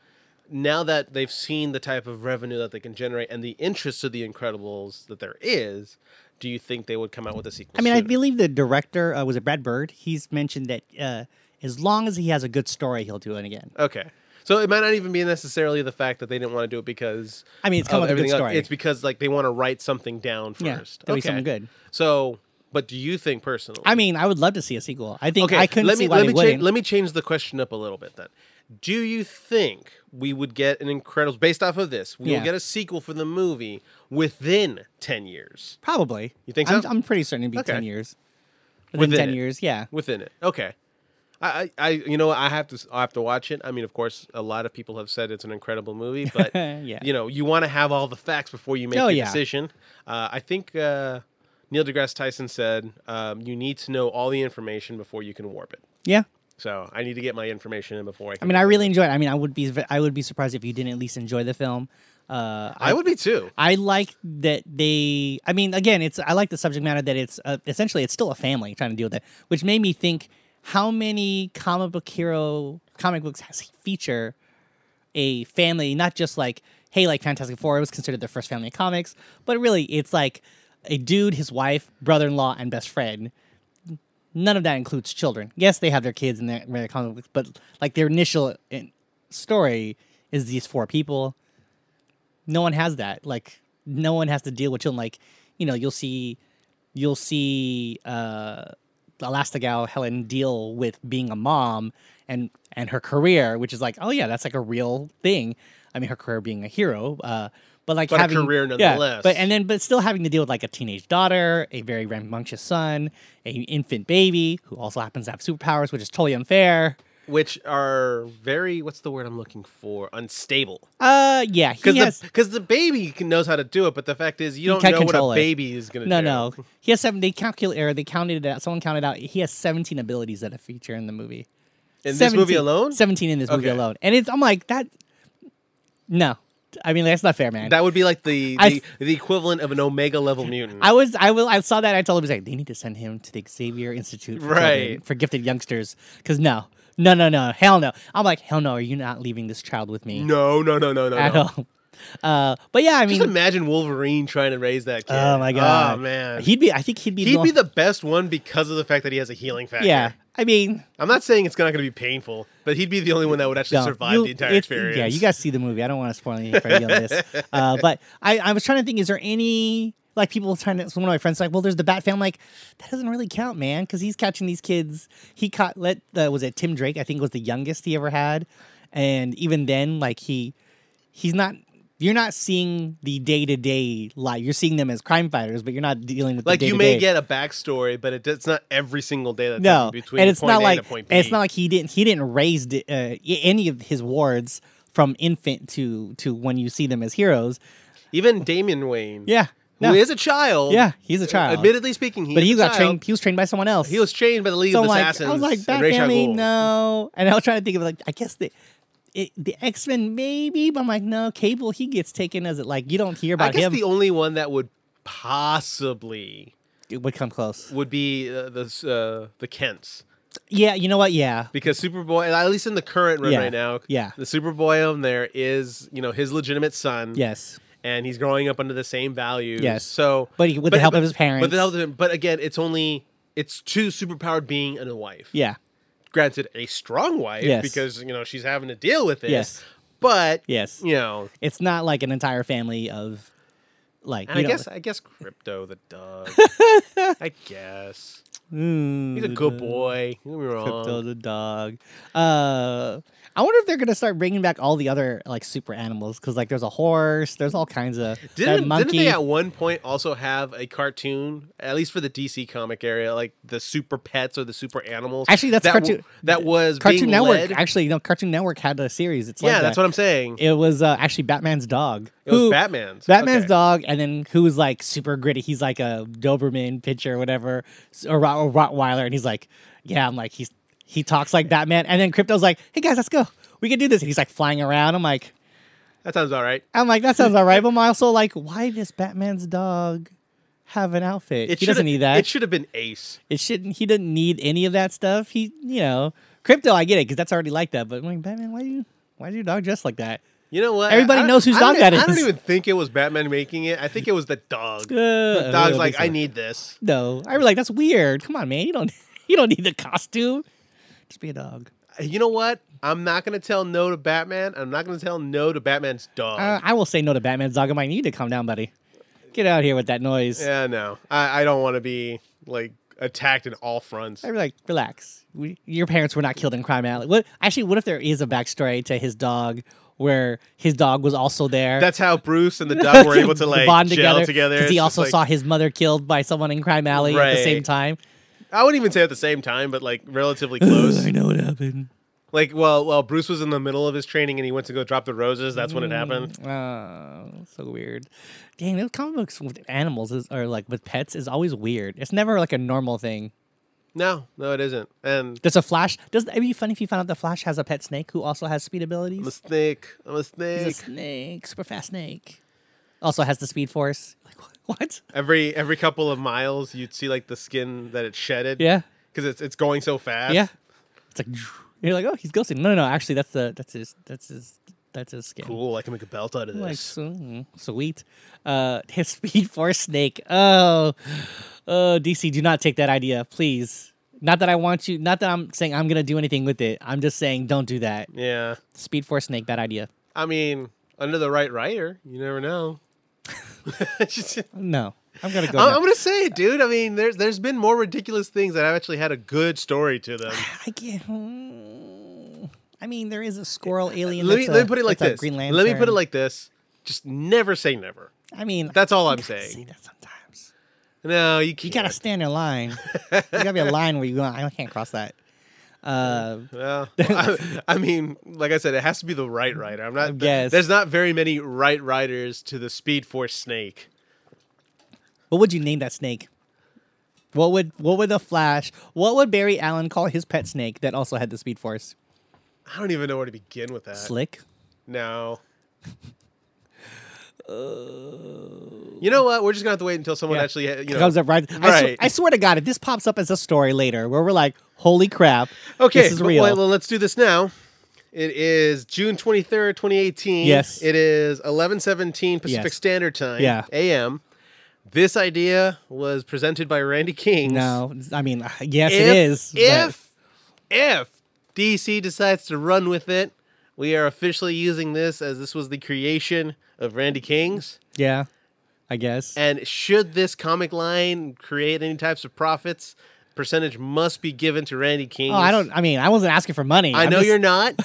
Speaker 1: Now that they've seen the type of revenue that they can generate and the interest of the Incredibles that there is, do you think they would come out with a sequel?
Speaker 2: I mean, I
Speaker 1: sooner?
Speaker 2: believe the director uh, was it Brad Bird. He's mentioned that uh, as long as he has a good story, he'll do it again.
Speaker 1: Okay. So it might not even be necessarily the fact that they didn't want to do it because
Speaker 2: I mean, it's come
Speaker 1: of
Speaker 2: with a good
Speaker 1: everything else.
Speaker 2: story.
Speaker 1: It's because like they want to write something down
Speaker 2: Yeah,
Speaker 1: first.
Speaker 2: there'll be something good.
Speaker 1: So, but do you think personally?
Speaker 2: I mean, I would love to see a sequel. I think
Speaker 1: okay.
Speaker 2: I couldn't
Speaker 1: let
Speaker 2: see
Speaker 1: me
Speaker 2: why
Speaker 1: let
Speaker 2: they
Speaker 1: me
Speaker 2: wouldn't.
Speaker 1: change, let me change the question up a little bit then. Do you think we would get an Incredibles based off of this? We
Speaker 2: Yeah.
Speaker 1: will get a sequel for the movie within ten years.
Speaker 2: Probably.
Speaker 1: You think
Speaker 2: I'm,
Speaker 1: so?
Speaker 2: I'm pretty certain it'd be
Speaker 1: Okay.
Speaker 2: ten years. Within,
Speaker 1: Within
Speaker 2: ten
Speaker 1: it.
Speaker 2: years, yeah.
Speaker 1: within it. Okay. I, I, I, you know, I have to, I have to watch it. I mean, of course, a lot of people have said it's an incredible movie, but
Speaker 2: Yeah.
Speaker 1: you know, you want to have all the facts before you make
Speaker 2: Oh,
Speaker 1: your
Speaker 2: yeah.
Speaker 1: decision. Uh, I think uh, Neil deGrasse Tyson said um, you need to know all the information before you can warp it.
Speaker 2: Yeah.
Speaker 1: So I need to get my information in before I.
Speaker 2: I
Speaker 1: Can
Speaker 2: mean, I really enjoyed. It. I mean, I would be I would be surprised if you didn't at least enjoy the film. Uh,
Speaker 1: I would be too.
Speaker 2: I like that they. I mean, again, it's I like the subject matter that it's uh, essentially it's still a family trying to deal with it, which made me think how many comic book hero comic books has feature a family, not just like hey, like Fantastic Four was considered the first family in comics, but really it's like a dude, his wife, brother-in-law, and best friend. None of that includes children. Yes, they have their kids in their, in their comic books, but like their initial eh, story is these four people no one has that. Like no one has to deal with children. Like you know, you'll see, you'll see uh, Elastigal Helen deal with being a mom and and her career, which is like, oh yeah, that's like a real thing. I mean, her career being a hero, uh, but like
Speaker 1: But a
Speaker 2: having
Speaker 1: career
Speaker 2: yeah,
Speaker 1: nonetheless.
Speaker 2: but and then but still having to deal with like a teenage daughter, a very rambunctious son, a infant baby who also happens to have superpowers, which is totally unfair.
Speaker 1: Which are very what's the word I'm looking for? Unstable.
Speaker 2: Uh, yeah, he
Speaker 1: Because
Speaker 2: has.
Speaker 1: the because the baby can- knows how to do it, but the fact is you don't
Speaker 2: can't
Speaker 1: know what
Speaker 2: control
Speaker 1: a
Speaker 2: it.
Speaker 1: baby is gonna
Speaker 2: No,
Speaker 1: do.
Speaker 2: no. He has seven. They calculate or they counted it out. Someone counted out. He has seventeen abilities that are feature in the movie.
Speaker 1: In this movie alone,
Speaker 2: seventeen in this movie
Speaker 1: Okay.
Speaker 2: alone. And it's I'm like that. No, I mean that's not fair, man.
Speaker 1: That would be like the
Speaker 2: I
Speaker 1: the, the equivalent of an omega level mutant.
Speaker 2: I was I will I saw that. I told him I was like they need to send him to the Xavier Institute for, children-
Speaker 1: Right.
Speaker 2: for gifted youngsters because no. No, no, no, hell no! I'm like, hell no! Are you not leaving this child with me
Speaker 1: no, no, no, no, no.
Speaker 2: at
Speaker 1: no.
Speaker 2: all? Uh, but yeah, I mean,
Speaker 1: Just imagine Wolverine trying to raise that kid.
Speaker 2: oh my god,
Speaker 1: Oh man. He'd,
Speaker 2: he'd be. I think he'd be.
Speaker 1: be the best one because of the fact that he has a healing factor.
Speaker 2: yeah. I mean,
Speaker 1: I'm not saying it's not going to be painful, but he'd be the only one that would actually
Speaker 2: Don't.
Speaker 1: survive
Speaker 2: You-
Speaker 1: the entire
Speaker 2: it's-
Speaker 1: experience.
Speaker 2: Yeah, you guys see the movie. I don't want to spoil anything for you on this. Uh, but I, I was trying to think: is there any like people trying to? so One of my friends like, well, there's the Bat Family. Like that doesn't really count, man, because he's catching these kids. He caught let uh, was it Tim Drake? I think was the youngest he ever had, and even then, like he he's not. You're not seeing the day to day life. You're seeing them as crime fighters, but you're not dealing with
Speaker 1: like
Speaker 2: the
Speaker 1: you may
Speaker 2: day-to-day
Speaker 1: get a backstory, but it, it's not every single day that's
Speaker 2: no,
Speaker 1: between
Speaker 2: and it's
Speaker 1: point
Speaker 2: not
Speaker 1: A
Speaker 2: like
Speaker 1: and a point B.
Speaker 2: and it's not like he didn't he didn't raise di- uh, y- any of his wards from infant to to when you see them as heroes.
Speaker 1: Even Damian Wayne,
Speaker 2: Yeah,
Speaker 1: who
Speaker 2: no.
Speaker 1: is a child,
Speaker 2: yeah, he's a child,
Speaker 1: Admittedly speaking, he
Speaker 2: but
Speaker 1: is
Speaker 2: he
Speaker 1: a
Speaker 2: got
Speaker 1: child.
Speaker 2: trained. He was trained by someone else.
Speaker 1: He was trained by the League
Speaker 2: so
Speaker 1: of
Speaker 2: like
Speaker 1: Assassins.
Speaker 2: I was like
Speaker 1: and
Speaker 2: Bat
Speaker 1: Ra's al
Speaker 2: Family,
Speaker 1: Ghul.
Speaker 2: no, and I was trying to think of like I guess the. It, the X Men, maybe, but I'm like, no, Cable, he gets taken as it like you don't hear
Speaker 1: I
Speaker 2: about
Speaker 1: guess
Speaker 2: him.
Speaker 1: the only one that would possibly
Speaker 2: it would come close.
Speaker 1: would be uh, the uh, the Kents
Speaker 2: Yeah, you know what? Yeah,
Speaker 1: because Superboy, at least in the current run
Speaker 2: Yeah,
Speaker 1: right now,
Speaker 2: yeah.
Speaker 1: the Superboy on there is you know his legitimate son,
Speaker 2: yes,
Speaker 1: and he's growing up under the same values,
Speaker 2: Yes.
Speaker 1: So,
Speaker 2: But he- with the help of his
Speaker 1: but the
Speaker 2: parents.
Speaker 1: help of him, but again, it's only it's two superpowered being and a wife.
Speaker 2: yeah,
Speaker 1: Granted, a strong wife
Speaker 2: Yes.
Speaker 1: because you know she's having to deal with this,
Speaker 2: Yes.
Speaker 1: but
Speaker 2: yes.
Speaker 1: you know,
Speaker 2: It's not like an entire family of like.
Speaker 1: and
Speaker 2: you
Speaker 1: I
Speaker 2: know,
Speaker 1: guess I guess Crypto the dog, I guess. He's a good boy. Don't get me
Speaker 2: Crypto
Speaker 1: wrong.
Speaker 2: Mm, the dog. Uh, I wonder if they're gonna start bringing back all the other like super animals because like there's a horse, there's all kinds of that
Speaker 1: Didn't, didn't
Speaker 2: monkey.
Speaker 1: they at one point also have a cartoon, at least for the DC comic area, like the super pets or the super animals?
Speaker 2: Actually, that's
Speaker 1: that
Speaker 2: Cartoon-
Speaker 1: that was
Speaker 2: Cartoon
Speaker 1: being
Speaker 2: Network
Speaker 1: led-
Speaker 2: actually no Cartoon Network had a series. It's
Speaker 1: yeah,
Speaker 2: like
Speaker 1: that's
Speaker 2: that.
Speaker 1: what I'm saying. It,
Speaker 2: it was uh, actually Batman's dog.
Speaker 1: was
Speaker 2: who-
Speaker 1: Batman's.
Speaker 2: Batman's
Speaker 1: Okay.
Speaker 2: dog, and then who was like super gritty. He's like a Doberman pitcher or whatever, s- or Rot- or Rottweiler, and he's like, yeah, I'm like he's he talks like Batman, and then Crypto's like, hey guys, let's go, we can do this. And he's like flying around. I'm like,
Speaker 1: That sounds all right.
Speaker 2: I'm like that sounds all right, but I'm also like, why does Batman's dog have an outfit?
Speaker 1: It
Speaker 2: he doesn't
Speaker 1: should've-
Speaker 2: need that.
Speaker 1: It should have been Ace.
Speaker 2: it shouldn't. He doesn't need any of that stuff. He, you know, Crypto, I get it because that's already like that. But I'm like Batman, why do you? Why do your dog dress like that?
Speaker 1: You know what?
Speaker 2: Everybody
Speaker 1: I don't-
Speaker 2: knows whose
Speaker 1: I don't
Speaker 2: dog that
Speaker 1: e- I don't
Speaker 2: is.
Speaker 1: even think it was Batman making it. I think it was the dog.
Speaker 2: Uh,
Speaker 1: The
Speaker 2: I
Speaker 1: dog's
Speaker 2: don't
Speaker 1: like,
Speaker 2: think so.
Speaker 1: I need this.
Speaker 2: No, I was like, that's weird. Come on, man. You don't you don't need the costume. Just be a dog.
Speaker 1: You know what? I'm not gonna tell no to Batman. I'm not gonna tell no to Batman's dog.
Speaker 2: Uh, I will say no to Batman's dog. I'm like, you need to calm down, buddy. Get out here with that noise.
Speaker 1: yeah, no, I, I don't want to be like attacked in all fronts.
Speaker 2: I'd be like, relax. We, your parents were not killed in crime alley. What actually? What if there is a backstory to his dog, where his dog was also there?
Speaker 1: That's how Bruce and the dog were able to like
Speaker 2: bond
Speaker 1: gel
Speaker 2: together
Speaker 1: together.
Speaker 2: because he
Speaker 1: It's
Speaker 2: also
Speaker 1: just,
Speaker 2: saw
Speaker 1: like-
Speaker 2: his mother killed by someone in crime alley at the same
Speaker 1: Right.
Speaker 2: time.
Speaker 1: I wouldn't even say at the same time, but like relatively close.
Speaker 2: I know what happened.
Speaker 1: like, well, well, Bruce was in the middle of his training and he went to go drop the roses. That's when it
Speaker 2: Mm.
Speaker 1: happened.
Speaker 2: Oh, so weird. Dang, those comic books with animals is, or like with pets is always weird. It's never like a normal thing.
Speaker 1: No, no, it isn't. And
Speaker 2: Does a Flash? Does it'd be funny if you found out the Flash has a pet snake who also has speed abilities?
Speaker 1: I'm a snake. I'm a
Speaker 2: He's
Speaker 1: snake.
Speaker 2: a snake, super fast snake. Also has the speed force. Like wha- what?
Speaker 1: Every every couple of miles, you'd see like the skin that it shedded.
Speaker 2: Yeah,
Speaker 1: because it's it's going so fast.
Speaker 2: yeah. It's like you're like, oh, he's ghosting. No, no, no. Actually, that's the that's his that's his that's his skin.
Speaker 1: cool. I can make a belt out of
Speaker 2: I'm Like
Speaker 1: this.
Speaker 2: so, mm, sweet. Uh, his speed force snake. Oh, oh, DC, do not take that idea, please. Not that I want you. Not that I'm saying I'm gonna do anything with it. I'm just saying don't do that.
Speaker 1: yeah,
Speaker 2: Speed force snake, bad idea.
Speaker 1: I mean, under the right writer, you never know. Just-
Speaker 2: No, I'm gonna go.
Speaker 1: I'm,
Speaker 2: now.
Speaker 1: I'm gonna say it, dude. I mean, there's there's been more ridiculous things that have actually had a good story to them.
Speaker 2: I can't. mm. I mean, there is a squirrel alien.
Speaker 1: let me
Speaker 2: that's
Speaker 1: let
Speaker 2: a-
Speaker 1: me put it like
Speaker 2: that's a
Speaker 1: this.
Speaker 2: Green
Speaker 1: Let me put it
Speaker 2: Lantern.
Speaker 1: like this. Just never say never.
Speaker 2: I mean,
Speaker 1: That's all
Speaker 2: you
Speaker 1: I'm
Speaker 2: gotta
Speaker 1: saying.
Speaker 2: say that sometimes
Speaker 1: No, you
Speaker 2: you
Speaker 1: can't.
Speaker 2: gotta stand your line. There gotta be a line where you go. I can't cross that. Uh,
Speaker 1: Well, I, I mean, like I said, it has to be the right writer. I'm not.
Speaker 2: I guess.
Speaker 1: There's not very many right riders to the Speed Force Snake.
Speaker 2: what would you name that snake? What would what would the Flash? What would Barry Allen call his pet snake that also had the Speed Force?
Speaker 1: I don't even know where to begin with that.
Speaker 2: Slick.
Speaker 1: No. you know what? We're just gonna have to wait until someone
Speaker 2: Oh. Yeah.
Speaker 1: actually, you know.
Speaker 2: Comes up right. I, sw-
Speaker 1: Right.
Speaker 2: I swear to God, if this pops up as a story later, where we're like, "Holy crap!
Speaker 1: okay,
Speaker 2: this is
Speaker 1: but-
Speaker 2: real."
Speaker 1: Well, well, let's do this now. It is June twenty third, twenty eighteen.
Speaker 2: Yes.
Speaker 1: It is eleven seventeen Pacific
Speaker 2: Yes.
Speaker 1: Standard Time.
Speaker 2: Yeah.
Speaker 1: A.M. This idea was presented by Randy King.
Speaker 2: no, I mean, yes,
Speaker 1: if,
Speaker 2: it is. but-
Speaker 1: If if DC decides to run with it, we are officially using this as this was the creation of Randy King's.
Speaker 2: yeah, I guess.
Speaker 1: And should this comic line create any types of profits, percentage must be given to Randy King.
Speaker 2: Oh, I don't. I mean, I wasn't asking for money.
Speaker 1: I
Speaker 2: I'm
Speaker 1: know
Speaker 2: just-
Speaker 1: you're not,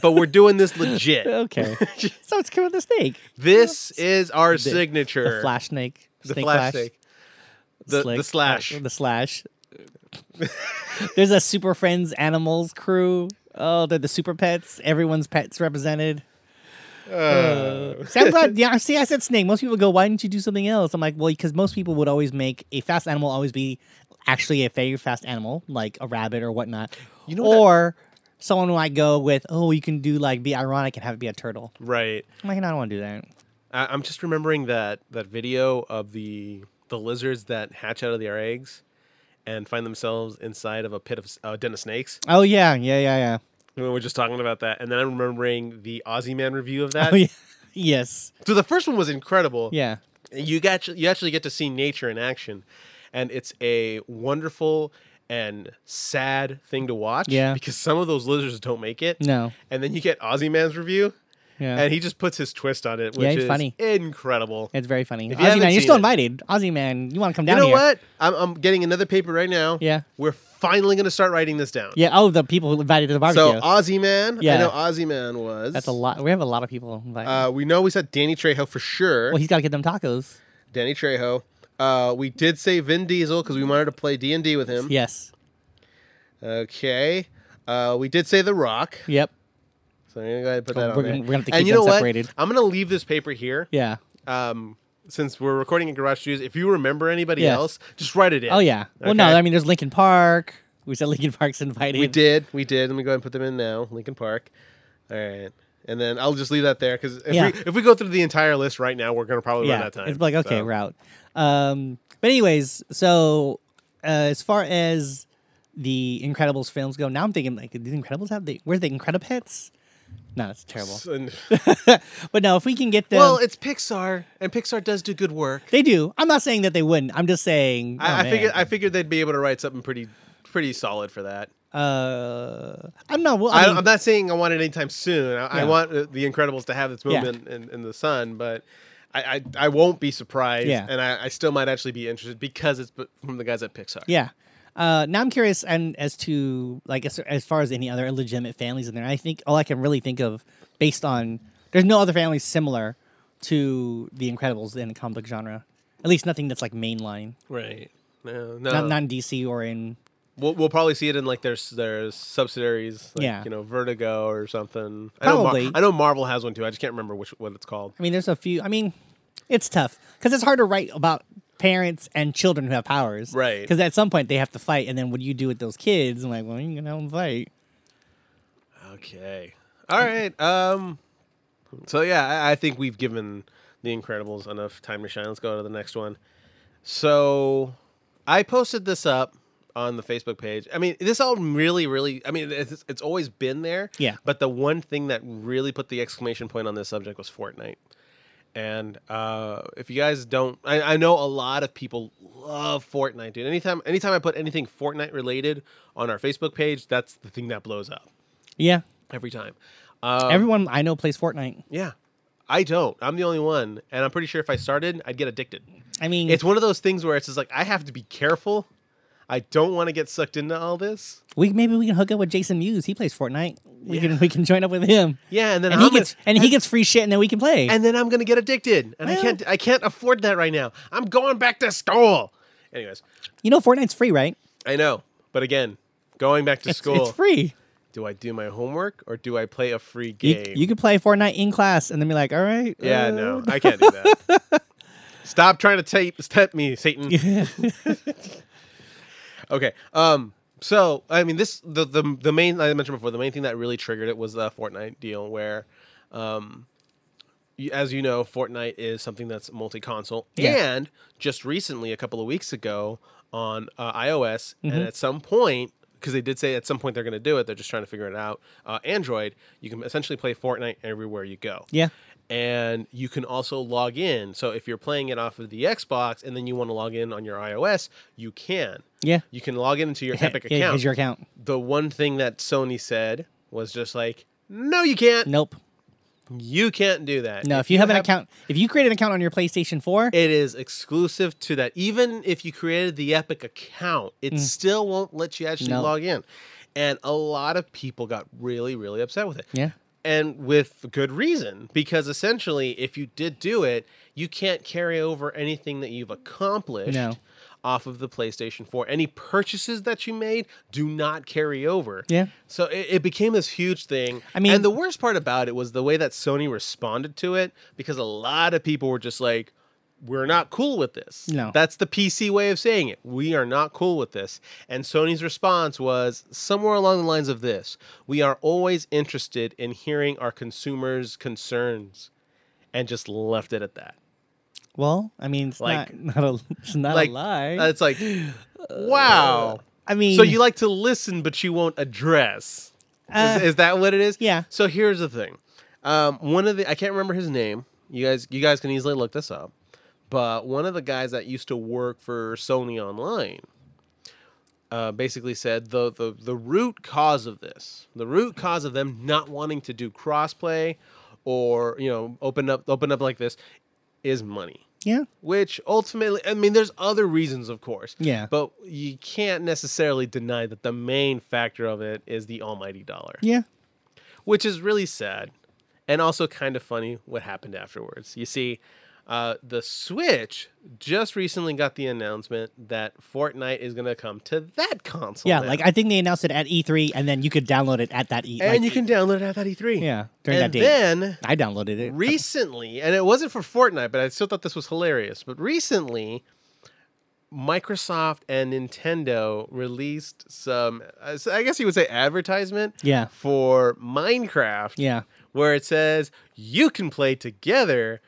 Speaker 1: but we're doing this legit.
Speaker 2: okay. so it's coming the snake,
Speaker 1: This is our
Speaker 2: The- the
Speaker 1: signature.
Speaker 2: the flash snake,
Speaker 1: The
Speaker 2: snake
Speaker 1: flash
Speaker 2: flash,
Speaker 1: snake. The,
Speaker 2: slick,
Speaker 1: the slash.
Speaker 2: uh, the slash. There's a Super Friends Animals crew. Oh, they're the super pets. Everyone's pets represented. Uh, see, I'm glad. Yeah, see, I said snake. Most people go, "Why didn't you do something else?" I'm like, "Well, because most people would always make a fast animal always be actually a very fast animal, like a rabbit or whatnot,
Speaker 1: You know what I-
Speaker 2: or someone might go with, "Oh, you can do like be ironic and have it be a turtle."
Speaker 1: Right.
Speaker 2: I'm like, no, I don't want to do that.
Speaker 1: I, I'm just remembering that that video of the the lizards that hatch out of their eggs and find themselves inside of a pit of s- uh, den of snakes.
Speaker 2: Oh yeah, yeah, yeah, yeah.
Speaker 1: We were just talking about that, and then I'm remembering the Aussie Man review of that.
Speaker 2: Oh yeah. Yes.
Speaker 1: So the first one was incredible.
Speaker 2: Yeah.
Speaker 1: you got you actually get to see nature in action and it's a wonderful and sad thing to watch
Speaker 2: Yeah.
Speaker 1: because some of those lizards don't make it
Speaker 2: No.
Speaker 1: and then you get Ozzy Man's review
Speaker 2: Yeah.
Speaker 1: and he just puts his twist on it, which
Speaker 2: he's
Speaker 1: is
Speaker 2: funny.
Speaker 1: incredible.
Speaker 2: It's very funny.
Speaker 1: If you
Speaker 2: Ozzy
Speaker 1: haven't
Speaker 2: man, you're
Speaker 1: seen
Speaker 2: still
Speaker 1: it-
Speaker 2: invited. Ozzy man, you want to come
Speaker 1: You
Speaker 2: down
Speaker 1: know
Speaker 2: here?
Speaker 1: what? I'm, I'm getting another paper right now.
Speaker 2: Yeah.
Speaker 1: We're finally going to start writing this down.
Speaker 2: Yeah. Oh, the people who invited to the barbecue.
Speaker 1: So uh, Ozzy Man, I
Speaker 2: Yeah.
Speaker 1: know Ozzy Man was.
Speaker 2: That's a lot. We have a lot of people invited.
Speaker 1: Uh, we know we said Danny Trejo for sure.
Speaker 2: well, he's got to get them tacos.
Speaker 1: Danny Trejo. Uh, we did say Vin Diesel because we wanted to play D and D with him.
Speaker 2: Yes.
Speaker 1: Okay. Uh, we did say The Rock,
Speaker 2: Yep.
Speaker 1: so I'm gonna go ahead and put
Speaker 2: Oh,
Speaker 1: that
Speaker 2: we're
Speaker 1: on there.
Speaker 2: gonna- we're gonna have to
Speaker 1: and
Speaker 2: keep
Speaker 1: you
Speaker 2: them
Speaker 1: know what?
Speaker 2: separated.
Speaker 1: I'm gonna leave this paper here.
Speaker 2: Yeah.
Speaker 1: Um, since we're recording in Garage Studios, if you remember anybody
Speaker 2: Yeah.
Speaker 1: else, just write it in.
Speaker 2: Oh yeah. Well, no.
Speaker 1: Okay.
Speaker 2: I mean, there's Lincoln Park. We said Lincoln Park's invited.
Speaker 1: We did. We did. Let me go ahead and put them in now. Lincoln Park. All right. And then I'll just leave that there because if,
Speaker 2: Yeah.
Speaker 1: we, if we go through the entire list right now, we're gonna probably run out of time.
Speaker 2: It's like okay,
Speaker 1: So-
Speaker 2: we're out. Um, but anyways, so uh, as far as the Incredibles films go, now I'm thinking like, did the Incredibles have the where's the Incredipets? No, that's terrible.
Speaker 1: And-
Speaker 2: but no, if we can get them,
Speaker 1: well, it's Pixar, and Pixar does do good work.
Speaker 2: they do. I'm not saying that they wouldn't. I'm just saying. oh,
Speaker 1: I, I
Speaker 2: man.
Speaker 1: figured I figured they'd be able to write something pretty pretty solid for that.
Speaker 2: Uh, I'm not. Well,
Speaker 1: I
Speaker 2: I
Speaker 1: I,
Speaker 2: mean,
Speaker 1: am not saying I want it anytime soon. I, I
Speaker 2: Yeah.
Speaker 1: want uh, the Incredibles to have its
Speaker 2: Yeah.
Speaker 1: moment in, in the sun, but I, I I won't be surprised,
Speaker 2: Yeah.
Speaker 1: and I, I still might actually be interested because it's b- from the guys at Pixar.
Speaker 2: Yeah. Uh, now I'm curious, and as to like as, as far as any other illegitimate families in there, I think all I can really think of, based on there's no other families similar to the Incredibles in the comic book genre, at least nothing that's like mainline,
Speaker 1: right. No, no.
Speaker 2: not, not in DC or in
Speaker 1: We'll, we'll probably see it in like their s- their subsidiaries, like,
Speaker 2: Yeah.
Speaker 1: you know, Vertigo or something. I know, Mar-
Speaker 2: Probably.
Speaker 1: I know Marvel has one too. I just can't remember which what it's called.
Speaker 2: I mean, there's a few. I mean, it's tough because it's hard to write about parents and children who have powers.
Speaker 1: Right.
Speaker 2: Because at some point they have to fight, and then what do you do with those kids? I'm like, well, you can help them fight.
Speaker 1: Okay. All right. Um. So yeah, I, I think we've given the Incredibles enough time to shine. Let's go to the next one. So I posted this up on the Facebook page. I mean, this all really, really. I mean, it's, it's always been there.
Speaker 2: Yeah.
Speaker 1: But the one thing that really put the exclamation point on this subject was Fortnite. And uh, if you guys don't, I, I know a lot of people love Fortnite, dude. Anytime, anytime I put anything Fortnite related on our Facebook page, that's the thing that blows up
Speaker 2: Yeah.
Speaker 1: every time. Um,
Speaker 2: Everyone I know plays Fortnite.
Speaker 1: yeah, I don't. I'm the only one, and I'm pretty sure if I started, I'd get addicted.
Speaker 2: I mean,
Speaker 1: It's one of those things where it's just like I have to be careful. I don't want to get sucked into all this.
Speaker 2: We maybe we can hook up with Jason Mewes. He plays Fortnite. We can we can join up with him.
Speaker 1: Yeah, and then
Speaker 2: And
Speaker 1: I'm
Speaker 2: he gets
Speaker 1: gonna,
Speaker 2: and he gets free shit and then we can play.
Speaker 1: and then I'm gonna get addicted, and I
Speaker 2: Well-
Speaker 1: can't I can't afford that right now. I'm going back to school. Anyways,
Speaker 2: you know Fortnite's free, right?
Speaker 1: I know, but again, going back to
Speaker 2: It's,
Speaker 1: school,
Speaker 2: it's free.
Speaker 1: do I do my homework or do I play a free game?
Speaker 2: You, you could play Fortnite in class and then be like, all right.
Speaker 1: yeah,
Speaker 2: uh,
Speaker 1: no, I can't do that. Stop trying to tape step me, Satan. Okay. Um. So I mean, this the the the main like I mentioned before the main thing that really triggered it was the Fortnite deal where, um, you- as you know, Fortnite is something that's multi console,
Speaker 2: Yeah.
Speaker 1: and just recently, a couple of weeks ago, on uh, iOS, and at some point. Because they did say at some point they're going to do it, they're just trying to figure it out. Uh, Android, you can essentially play Fortnite everywhere you go
Speaker 2: Yeah.
Speaker 1: and you can also log in. So if you're playing it off of the Xbox and then you want to log in on your iOS, you can.
Speaker 2: Yeah.
Speaker 1: You can log in into your Epic
Speaker 2: Yeah,
Speaker 1: account.
Speaker 2: Here's your account.
Speaker 1: the one thing that Sony said was just like, "No, you can't.
Speaker 2: Nope.
Speaker 1: You can't do that.
Speaker 2: No, if, you, have an account if you create an account on your PlayStation 4,
Speaker 1: it is exclusive to that. Even if you created the Epic account, it still won't let you actually
Speaker 2: Mm. No.
Speaker 1: log in." And a lot of people got really, really upset with it.
Speaker 2: yeah.
Speaker 1: and with good reason because essentially if you did do it you can't carry over anything that you've accomplished
Speaker 2: No.
Speaker 1: off of the playstation 4 any purchases that you made do not carry over
Speaker 2: Yeah.
Speaker 1: so it, it became this huge thing
Speaker 2: I mean-
Speaker 1: and the worst part about it was the way that sony responded to it because a lot of people were just like we're not cool with this
Speaker 2: No.
Speaker 1: that's the pc way of saying it we are not cool with this and sony's response was somewhere along the lines of this we are always interested in hearing our consumers concerns and just left it at that
Speaker 2: Well, I mean, it's
Speaker 1: Like-
Speaker 2: not not a, it's not
Speaker 1: like
Speaker 2: a lie.
Speaker 1: uh, it's like wow
Speaker 2: I mean,
Speaker 1: so you like to listen but you won't address
Speaker 2: Uh,
Speaker 1: is, is that what it is
Speaker 2: yeah.
Speaker 1: so here's the thing um, one of the i can't remember his name you guys you guys can easily look this up but one of the guys that used to work for sony online uh, basically said the, the the root cause of this the root cause of them not wanting to do crossplay or you know opened up opened up like this is money
Speaker 2: Yeah.
Speaker 1: which ultimately i mean there's other reasons of course
Speaker 2: Yeah.
Speaker 1: but you can't necessarily deny that the main factor of it is the almighty dollar
Speaker 2: Yeah.
Speaker 1: which is really sad and also kind of funny what happened afterwards. You see, uh, the Switch just recently got the announcement that Fortnite is going to come to that console.
Speaker 2: Yeah.
Speaker 1: now.
Speaker 2: Like I think they announced it at E3, and then you could download it at that E.
Speaker 1: and
Speaker 2: like,
Speaker 1: you can download it at that E3.
Speaker 2: Yeah. During
Speaker 1: And
Speaker 2: that date,
Speaker 1: then
Speaker 2: I downloaded it.
Speaker 1: recently, and it wasn't for Fortnite, but I still thought this was hilarious. But recently, Microsoft and Nintendo released some, uh, so I guess you would say, advertisement
Speaker 2: yeah.
Speaker 1: for Minecraft.
Speaker 2: Yeah.
Speaker 1: where it says you can play together.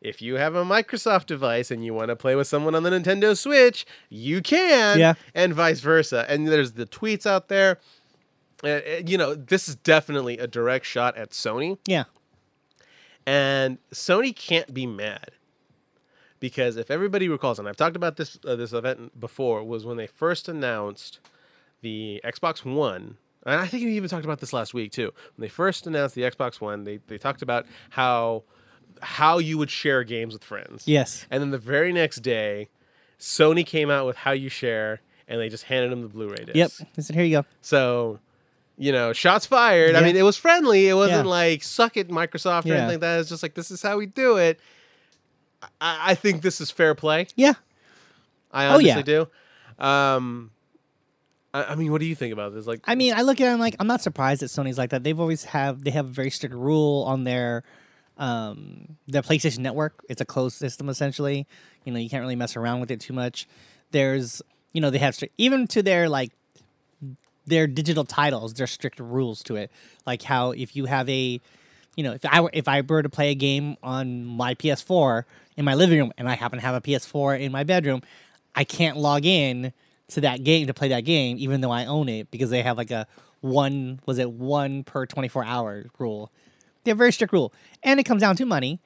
Speaker 1: If you have a Microsoft device and you want to play with someone on the Nintendo Switch, you can,
Speaker 2: Yeah.
Speaker 1: and vice versa. And there's the tweets out there. Uh, uh, you know, this is definitely a direct shot at Sony,
Speaker 2: Yeah.
Speaker 1: and Sony can't be mad because if everybody recalls, and I've talked about this uh, this event before, was when they first announced the Xbox One. And I think you even talked about this last week too. When they first announced the Xbox One, they, they talked about how how you would share games with friends.
Speaker 2: Yes.
Speaker 1: And then the very next day, Sony came out with how you share, and they just handed them the Blu-ray disc.
Speaker 2: Yep. I said, here you go.
Speaker 1: So, you know, shots fired. I
Speaker 2: Yeah.
Speaker 1: mean, it was friendly. It wasn't
Speaker 2: Yeah.
Speaker 1: like suck it, Microsoft, or
Speaker 2: Yeah.
Speaker 1: anything like that. It's just like this is how we do it. I, I think this is fair play.
Speaker 2: Yeah.
Speaker 1: I
Speaker 2: Oh,
Speaker 1: honestly
Speaker 2: yeah.
Speaker 1: do. Um, I, I mean, what do you think about this? Like,
Speaker 2: I mean, I look at it. I'm like, I'm not surprised that Sony's like that. They've always have they have a very strict rule on their um their PlayStation Network. It's a closed system essentially. You know, you can't really mess around with it too much. There's, you know, they have strict even to their like their digital titles. There's strict rules to it, like how if you have a you know, if I were if I were to play a game on my PS4 in my living room, and I happen to have a PS4 in my bedroom, I can't log in to that game to play that game, even though I own it, because they have like a one was it one per twenty four hour rule. They have a very strict rule, and it comes down to money.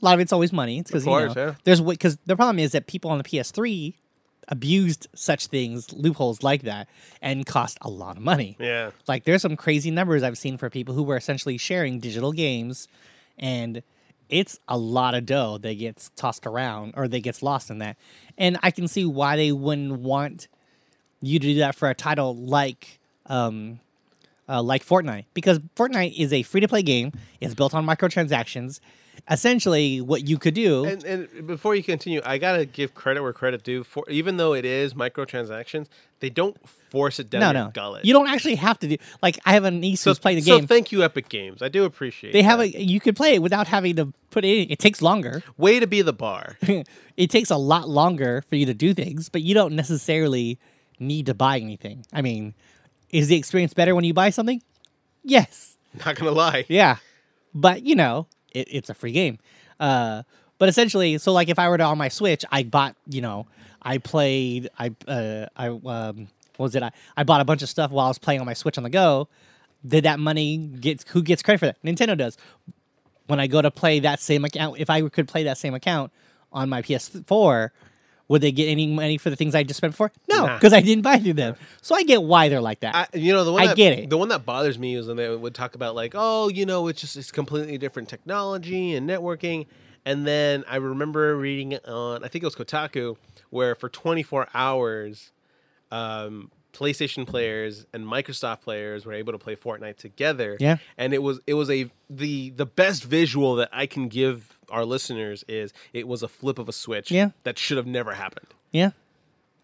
Speaker 2: A lot of it's always money. It's because you know
Speaker 1: course, yeah.
Speaker 2: there's because the problem is that people on the PS3 abused such things, loopholes like that, and cost a lot of money
Speaker 1: yeah,
Speaker 2: like there's some crazy numbers I've seen for people who were essentially sharing digital games, and it's a lot of dough that gets tossed around or that gets lost in that. And I can see why they wouldn't want you to do that for a title like um, uh, like Fortnite because Fortnite is a free to play game. It's built on microtransactions. Essentially, what you could do,
Speaker 1: and and before you continue, I gotta give credit where credit due. For even though it is microtransactions, they don't force it down
Speaker 2: no,
Speaker 1: your
Speaker 2: no,
Speaker 1: gullet.
Speaker 2: you don't actually have to do. Like I have a niece
Speaker 1: so
Speaker 2: who's playing the
Speaker 1: so
Speaker 2: game.
Speaker 1: thank you, Epic Games. I do appreciate.
Speaker 2: they have
Speaker 1: that.
Speaker 2: a you could play it without having to put it. It takes longer.
Speaker 1: way to be the bar.
Speaker 2: it takes a lot longer for you to do things, but you don't necessarily need to buy anything. I mean, is the experience better when you buy something? Yes.
Speaker 1: Not gonna lie.
Speaker 2: Yeah. But, you know, it, it's a free game. Uh, but essentially, so like if I were to on my Switch, I bought, you know, I played, I, uh, I, um, what was it? I, I bought a bunch of stuff while I was playing on my Switch on the go. Did that money get, who gets credit for that? Nintendo does when I go to play that same account, if I could play that same account on my PS4, would they get any money for the things I just spent for? No,
Speaker 1: Nah.
Speaker 2: because I didn't buy through them. So I get why they're like that.
Speaker 1: I, you know the one
Speaker 2: I
Speaker 1: that,
Speaker 2: get it.
Speaker 1: The one that bothers me is when they would talk about like, oh, you know, it's just it's completely different technology and networking. And then I remember reading on I think it was Kotaku where for 24 hours, um, PlayStation players and Microsoft players were able to play Fortnite together.
Speaker 2: Yeah.
Speaker 1: and it was it was a the the best visual that I can give our listeners is it was a flip of a switch.
Speaker 2: Yeah.
Speaker 1: that should have never happened.
Speaker 2: yeah.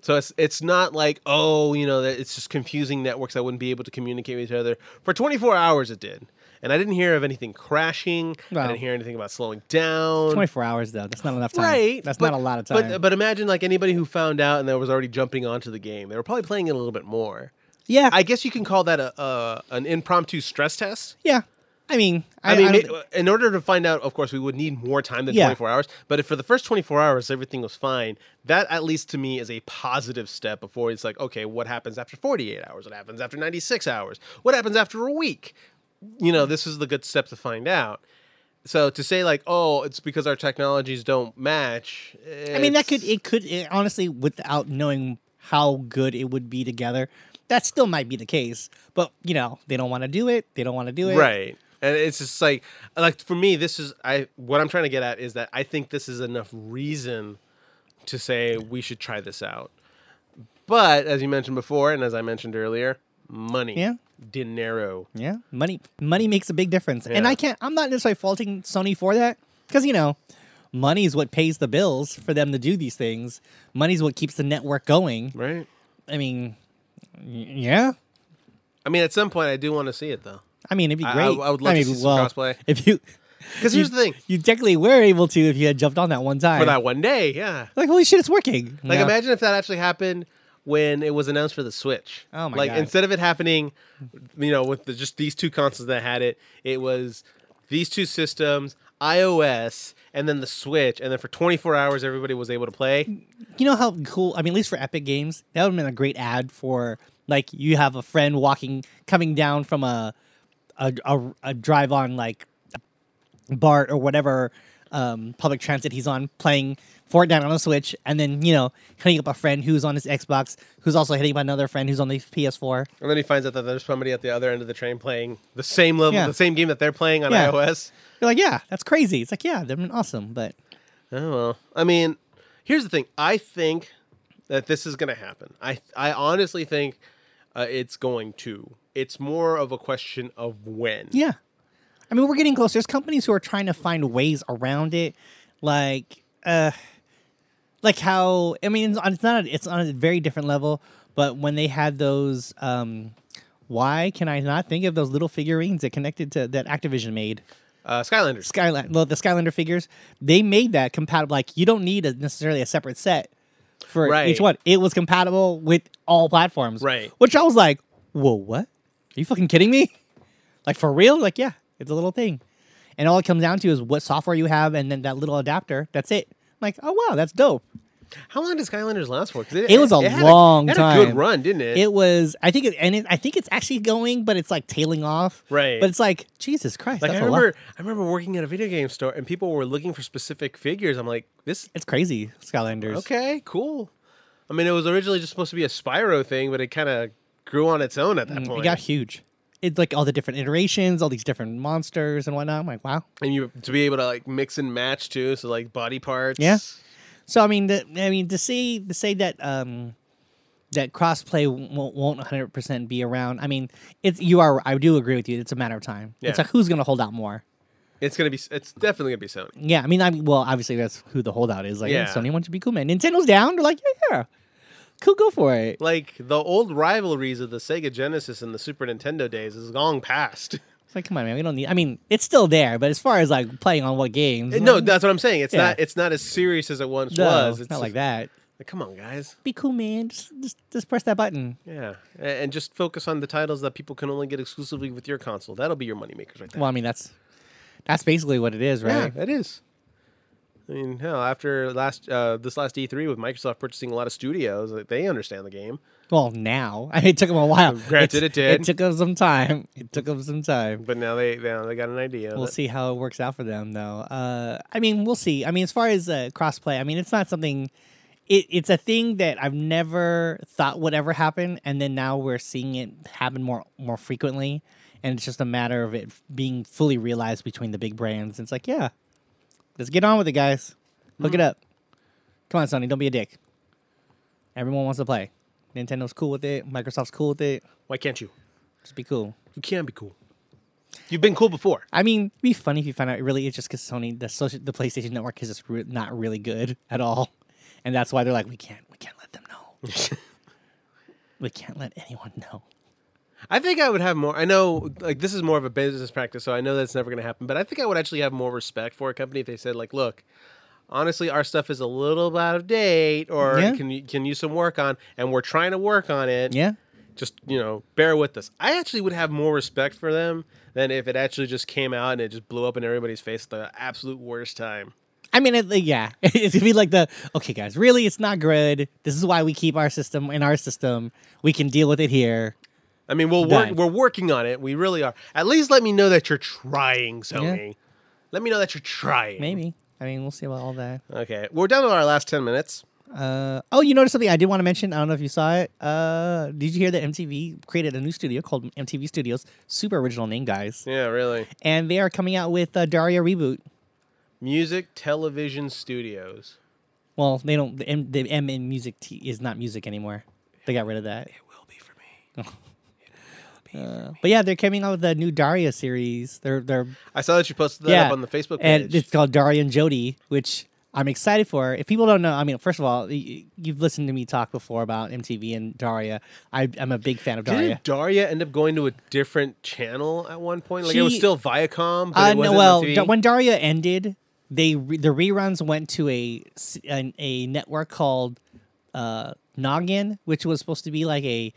Speaker 1: So it's it's not like oh you know that it's just confusing networks that wouldn't be able to communicate with each other for 24 hours it did, and I didn't hear of anything crashing. I
Speaker 2: Wow.
Speaker 1: didn't hear anything about slowing down.
Speaker 2: 24 hours, though. That's not enough time.
Speaker 1: Right,
Speaker 2: That's
Speaker 1: but-
Speaker 2: not a lot of time.
Speaker 1: But but imagine like anybody who found out and that was already jumping onto the game, they were probably playing it a little bit more.
Speaker 2: yeah.
Speaker 1: I guess you can call that a, a an impromptu stress test.
Speaker 2: yeah. I mean, I,
Speaker 1: I, mean,
Speaker 2: I don't-
Speaker 1: ma- in order to find out, of course, we would need more time than
Speaker 2: Yeah.
Speaker 1: 24 hours. But if for the first 24 hours everything was fine, that at least to me is a positive step before it's like, okay, what happens after 48 hours? What happens after 96 hours? What happens after a week? You know, this is the good step to find out. So to say like, oh, it's because our technologies don't match.
Speaker 2: I mean, that could, it could, it, honestly, without knowing how good it would be together, that still might be the case. But, you know, they don't want to do it. They don't want to do it.
Speaker 1: right. and it's just like like for me this is i what i'm trying to get at is that i think this is enough reason to say we should try this out but as you mentioned before and as i mentioned earlier money
Speaker 2: Yeah.
Speaker 1: dinero
Speaker 2: Yeah, money money makes a big difference, and
Speaker 1: Yeah.
Speaker 2: I can't. I'm not necessarily faulting Sony for that because you know, money is what pays the bills for them to do these things. Money is what keeps the network going.
Speaker 1: right
Speaker 2: I mean, y- yeah.
Speaker 1: i mean at some point i do want to see it though
Speaker 2: I mean, it'd be
Speaker 1: I- I-
Speaker 2: great.
Speaker 1: I would love to
Speaker 2: mean,
Speaker 1: see some crossplay.
Speaker 2: If you,
Speaker 1: because here's the thing
Speaker 2: you technically were able to if you had jumped on that one time.
Speaker 1: for that one day yeah
Speaker 2: Like holy shit, it's working.
Speaker 1: Like,
Speaker 2: Yeah.
Speaker 1: imagine if that actually happened when it was announced for the Switch.
Speaker 2: Oh my
Speaker 1: like,
Speaker 2: God.
Speaker 1: instead of it happening, you know, with the, just these two consoles that had it, it was these two systems, iOS, and then the Switch, and then for 24 hours everybody was able to play.
Speaker 2: You know how cool? I mean, at least for Epic Games, that would have been a great ad for like you have a friend walking, coming down from a a, a, a drive on like BART or whatever um, public transit he's on, playing Fortnite on the Switch, and then you know hitting up a friend who's on his Xbox, who's also hitting up another friend who's on the PS4.
Speaker 1: And then he finds out that there's somebody at the other end of the train playing the same level,
Speaker 2: Yeah.
Speaker 1: the same game that they're playing on
Speaker 2: Yeah.
Speaker 1: iOS.
Speaker 2: You're like, yeah, that's crazy. It's like, yeah, they've been awesome, but
Speaker 1: Oh well. I mean, here's the thing. I think that this is going to happen. I I honestly think uh, it's going to. It's more of a question of when.
Speaker 2: Yeah. I mean, we're getting close. There's companies who are trying to find ways around it, like, uh, like how I mean, it's on- it's not it's on a very different level. But when they had those, um, why can I not think of those little figurines that connected to that Activision made?
Speaker 1: Uh, Skylanders.
Speaker 2: Skyland, well, the Skylander figures, they made that compatible. Like, you don't need a, necessarily a separate set for
Speaker 1: Right.
Speaker 2: each one. It was compatible with all platforms.
Speaker 1: Right.
Speaker 2: Which I was like, whoa, what? Are you fucking kidding me? Like, for real? Like, yeah, it's a little thing. And all it comes down to is what software you have and then that little adapter. That's it. like, oh, wow, that's dope.
Speaker 1: How long did Skylanders last for? 'Cause
Speaker 2: It was a
Speaker 1: had
Speaker 2: long
Speaker 1: it Had a good
Speaker 2: time.
Speaker 1: run, didn't it?
Speaker 2: It was, I think, it, and it, I think it's actually going, but it's like tailing off.
Speaker 1: Right.
Speaker 2: But it's like, Jesus Christ.
Speaker 1: like I
Speaker 2: that's a lot.
Speaker 1: remember, I remember working at a video game store and people were looking for specific figures. I'm like, this
Speaker 2: It's crazy, Skylanders.
Speaker 1: okay, cool. I mean, it was originally just supposed to be a Spyro thing, but it kind of grew on its own at that point.
Speaker 2: Mm, It got huge. It's like all the different iterations, all these different monsters and whatnot. I'm like, wow.
Speaker 1: and you to be able to like mix and match too, so like body parts.
Speaker 2: Yeah. So I mean, the, I mean to see to say that um that crossplay won't won't 100 percent be around. I mean, it's you are. I do agree with you. It's a matter of time. It's
Speaker 1: Yeah.
Speaker 2: like who's going to hold out more.
Speaker 1: It's gonna be. It's definitely gonna be Sony.
Speaker 2: Yeah, I mean, I mean, well, obviously that's who the holdout is. Like, yeah.
Speaker 1: Yeah.
Speaker 2: Sony wants to be cool, man. Nintendo's down. They're like, yeah, yeah, cool, go for it.
Speaker 1: Like the old rivalries of the Sega Genesis and the Super Nintendo days is long past.
Speaker 2: It's like, come on, man, we don't need. I mean, it's still there, but as far as like playing on what games?
Speaker 1: No, that's what I'm saying. It's
Speaker 2: Yeah.
Speaker 1: not. It's not as serious as it once
Speaker 2: no,
Speaker 1: was. It's
Speaker 2: not
Speaker 1: just-
Speaker 2: like that.
Speaker 1: like, Come on, guys.
Speaker 2: Be cool, man. Just, just, just press that button.
Speaker 1: Yeah, A- and just focus on the titles that people can only get exclusively with your console. That'll be your moneymakers right there.
Speaker 2: Well, I mean that's that's basically what it is,
Speaker 1: yeah,
Speaker 2: right?
Speaker 1: it is. I mean, hell, after last uh, this last E3 with Microsoft purchasing a lot of studios, like, they understand the game.
Speaker 2: Well, now I mean, it took them a while.
Speaker 1: Granted, it did.
Speaker 2: It took them some time. It took them some time.
Speaker 1: But now they now they got an idea.
Speaker 2: We'll
Speaker 1: that-
Speaker 2: see how it works out for them, though. Uh, I mean, we'll see. I mean, as far as uh, crossplay, I mean, it's not something. It, it's a thing that I've never thought would ever happen, and then now we're seeing it happen more more frequently, and it's just a matter of it being fully realized between the big brands. It's like, yeah, let's get on with it, guys. Look it up. Come on, Sony, don't be a dick. Everyone wants to play. Nintendo's cool with it. Microsoft's cool with it.
Speaker 1: Why can't you?
Speaker 2: Just be cool.
Speaker 1: You can be cool. You've been cool before.
Speaker 2: I mean, it'd be funny if you found out it really it's just because Sony, the social, the PlayStation Network is just re- not really good at all, and that's why they're like, we can't, we can't let them know. we can't let anyone know.
Speaker 1: I think I would have more. I know, like, this is more of a business practice, so I know that's never going to happen. But I think I would actually have more respect for a company if they said, like, look, honestly, our stuff is a little out of date, or
Speaker 2: Yeah.
Speaker 1: can you can use some work on, and we're trying to work on it.
Speaker 2: Yeah,
Speaker 1: Just you know, bear with us. I actually would have more respect for them than if it actually just came out and it just blew up in everybody's face at the absolute worst time.
Speaker 2: I mean, it, yeah, it's gonna be like the okay, guys, really, it's not good. This is why we keep our system in our system. We can deal with it here.
Speaker 1: I mean, we'll work,
Speaker 2: Done.
Speaker 1: we're working on it. We really are. At least let me know that you're trying, Sony. Let me know that you're trying.
Speaker 2: Maybe. I mean, we'll see about all that.
Speaker 1: Okay, we're down to our last ten minutes.
Speaker 2: Uh, oh, you noticed something I did want to mention. I don't know if you saw it. Uh, did you hear that MTV created a new studio called MTV Studios? Super original name, guys.
Speaker 1: Yeah, really.
Speaker 2: And they are coming out with a Daria reboot.
Speaker 1: Music Television Studios.
Speaker 2: Well, they don't. The M, the M in music t- is not music anymore. They got rid of that.
Speaker 1: It will be for me.
Speaker 2: Uh, but yeah, they're coming out with a new Daria series. They're they're
Speaker 1: I saw that you posted that
Speaker 2: yeah,
Speaker 1: up on the Facebook page.
Speaker 2: and it's called Daria and Jody, which I'm excited for. If people don't know, I mean, first of all, y- you've listened to me talk before about MTV and Daria. I, I'm a big fan of Daria.
Speaker 1: Didn't Daria end up going to a different channel at one point? Like it was
Speaker 2: She-
Speaker 1: still Viacom, but
Speaker 2: Uh,
Speaker 1: it wasn't
Speaker 2: no, well,
Speaker 1: MTV?
Speaker 2: Da- when Daria ended, they re- the reruns went to a s- an, a network called uh, Noggin, which was supposed to be like a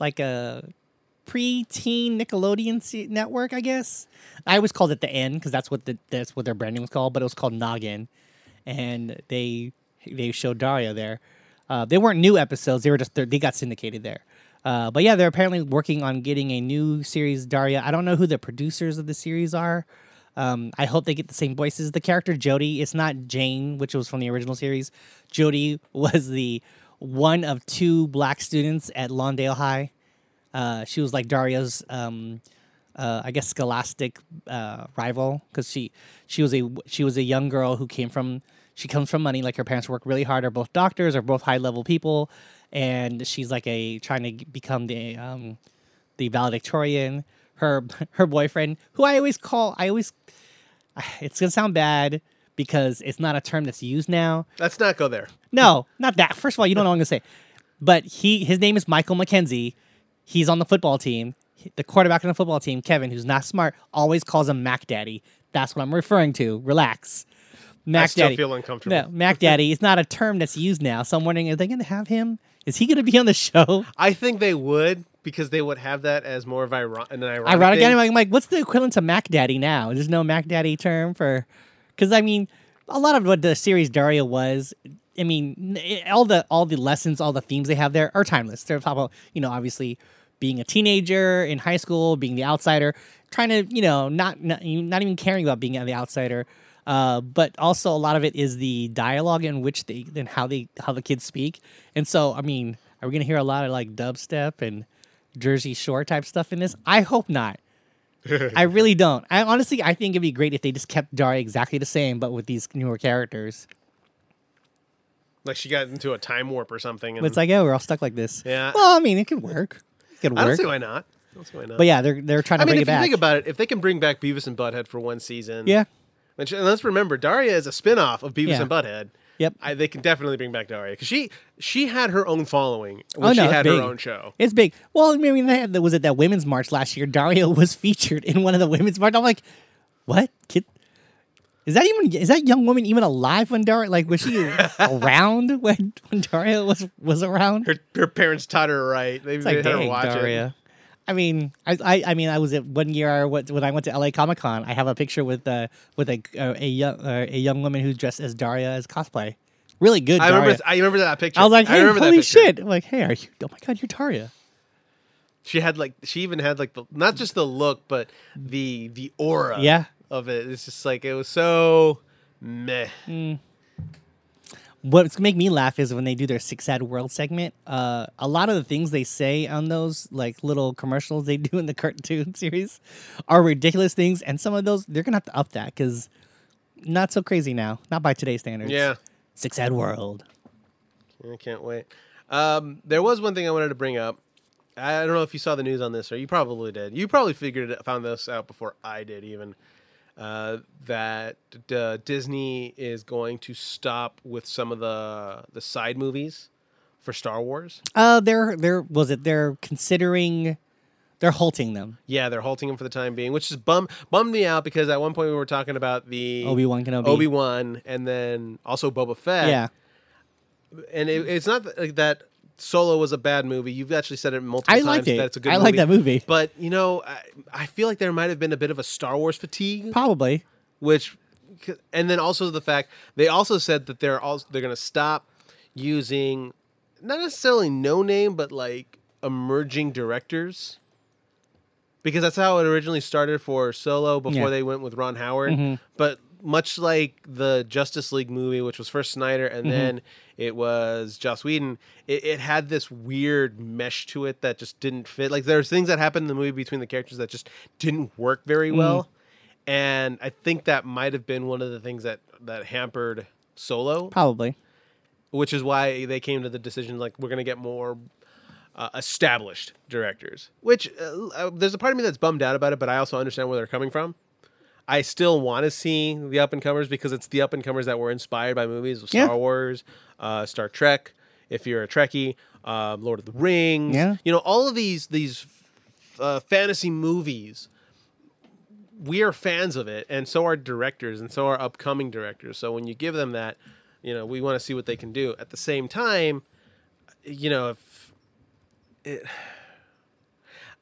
Speaker 2: like a pre-teen Nickelodeon se- network, I guess. I always called it the N because that's what the that's what their branding was called, but it was called Noggin, and they they showed Daria there. Uh, they weren't new episodes; they were just they got syndicated there. Uh, but yeah, they're apparently working on getting a new series Daria. I don't know who the producers of the series are. Um, I hope they get the same voices. The character Jody, it's not Jane, which was from the original series. Jody was the one of two black students at Lawndale High. Uh, she was like Daria's, um, uh, I guess, scholastic uh, rival because she she was a she was a young girl who came from she comes from money. Like her parents work really hard, are both doctors, are both high level people, and she's like a trying to become the um, the valedictorian. Her her boyfriend, who I always call, I always it's gonna sound bad because it's not a term that's used now.
Speaker 1: Let's not go there.
Speaker 2: No, not that. First of all, you don't know what I'm gonna say. But he his name is Michael McKenzie. He's on the football team. He- The quarterback on the football team, Kevin, who's not smart, always calls him Mac Daddy. That's what I'm referring to. Relax. Mac
Speaker 1: I still
Speaker 2: Daddy.
Speaker 1: feel uncomfortable.
Speaker 2: no, Mac Daddy is not a term that's used now. So I'm wondering, are they gonna have him? Is he gonna be on the show?
Speaker 1: I think they would because they would have that as more of iron- an ironic.
Speaker 2: ironic.
Speaker 1: thing.
Speaker 2: I'm like, I'm like, what's the equivalent to Mac Daddy now? There's no Mac Daddy term for, because I mean, a lot of what the series Daria was. I mean, n- all the all the lessons, all the themes they have there are timeless. They're talking about you know obviously being a teenager in high school, being the outsider, trying to you know not not, not even caring about being the outsider. Uh, but also a lot of it is the dialogue in which they and how they how the kids speak. And so I mean, are we gonna hear a lot of like dubstep and Jersey Shore type stuff in this? I hope not. I really don't. I honestly, I think it'd be great if they just kept Daria exactly the same, but with these newer characters.
Speaker 1: Like she got into a time warp or something. And
Speaker 2: But it's like, oh, we're all stuck like this.
Speaker 1: Hmm. Yeah.
Speaker 2: Well, I mean, it could work. It could
Speaker 1: I don't
Speaker 2: work.
Speaker 1: see why not. I don't see why not.
Speaker 2: But yeah, they're they're trying to
Speaker 1: I mean,
Speaker 2: bring
Speaker 1: if
Speaker 2: it
Speaker 1: you
Speaker 2: back.
Speaker 1: think about it, if they can bring back Beavis and Butthead for one season,
Speaker 2: yeah.
Speaker 1: Which, and let's remember, Daria is a spin-off of Beavis
Speaker 2: Yeah.
Speaker 1: and Butthead.
Speaker 2: Yep.
Speaker 1: I, they can definitely bring back Daria because she she had her own following when she
Speaker 2: it's
Speaker 1: had
Speaker 2: Oh, big.
Speaker 1: her own show.
Speaker 2: It's big. Well, I mean, they had, was it that women's march last year? Daria was featured in one of the women's march. I'm like, what kid? Is that even is that young woman even alive when Daria like was she around when when Daria was was around?
Speaker 1: Her, her parents taught her right. They, they
Speaker 2: It's
Speaker 1: had
Speaker 2: like,
Speaker 1: her
Speaker 2: dang,
Speaker 1: watch it.
Speaker 2: Daria. I mean, I, I, I mean, I was at one year I went, when I went to LA Comic Con. I have a picture with uh, with a uh, a young uh, a young woman who's dressed as Daria as cosplay. Really good.
Speaker 1: I
Speaker 2: Daria.
Speaker 1: remember. I remember that picture.
Speaker 2: I was like, hey,
Speaker 1: remember that
Speaker 2: holy
Speaker 1: picture.
Speaker 2: shit! I'm like, hey, are you? Oh my god, you're Daria.
Speaker 1: She had like she even had like the not just the look but the the aura.
Speaker 2: Yeah.
Speaker 1: Of it, it's just like it was so meh.
Speaker 2: What's make me laugh is when they do their six ad world segment. Uh, a lot of the things they say on those like little commercials they do in the cartoon series are ridiculous things, and some of those they're gonna have to up that because not so crazy now, not by today's standards.
Speaker 1: Yeah.
Speaker 2: six ad world.
Speaker 1: I can't wait. Um, there was one thing I wanted to bring up. I don't know if you saw the news on this, or you probably did. You probably figured it, found this out before I did, even. Uh, that uh, Disney is going to stop with some of the the side movies for Star Wars.
Speaker 2: Uh, they're they're was it they're considering, they're halting them.
Speaker 1: Yeah, they're halting them for the time being, which is bum bummed me out because at one point we were talking about the
Speaker 2: Obi-Wan Kenobi.
Speaker 1: Obi Wan, and then also Boba Fett.
Speaker 2: Yeah,
Speaker 1: and it, it's not that, like that Solo was a bad movie. You've actually said it multiple
Speaker 2: I
Speaker 1: times.
Speaker 2: liked it.
Speaker 1: That it's a good
Speaker 2: I
Speaker 1: movie.
Speaker 2: like that movie.
Speaker 1: But you know, I, I feel like there might have been a bit of a Star Wars fatigue,
Speaker 2: probably.
Speaker 1: which, and then also the fact they also said that they're also they're going to stop using not necessarily no name, but like emerging directors. Because that's how it originally started for Solo before
Speaker 2: Yeah.
Speaker 1: they went with Ron Howard.
Speaker 2: Mhm.
Speaker 1: But much like the Justice League movie, which was first Snyder and then it was Joss Whedon, it, it had this weird mesh to it that just didn't fit. Like there's things that happened in the movie between the characters that just didn't work very well, and I think that might have been one of the things that that hampered Solo,
Speaker 2: Probably.
Speaker 1: which is why they came to the decision like we're gonna get more. Uh, established directors, which uh, uh, there's a part of me that's bummed out about it, but I also understand where they're coming from. I still want to see the up and comers because it's the up and comers that were inspired by movies of
Speaker 2: Yeah.
Speaker 1: Star Wars, uh, Star Trek. If you're a Trekkie, um, Lord of the Rings.
Speaker 2: Yeah.
Speaker 1: You know, all of these these uh, fantasy movies. We are fans of it, and so are directors, and so are upcoming directors. So when you give them that, you know, we want to see what they can do. At the same time, you know, if it,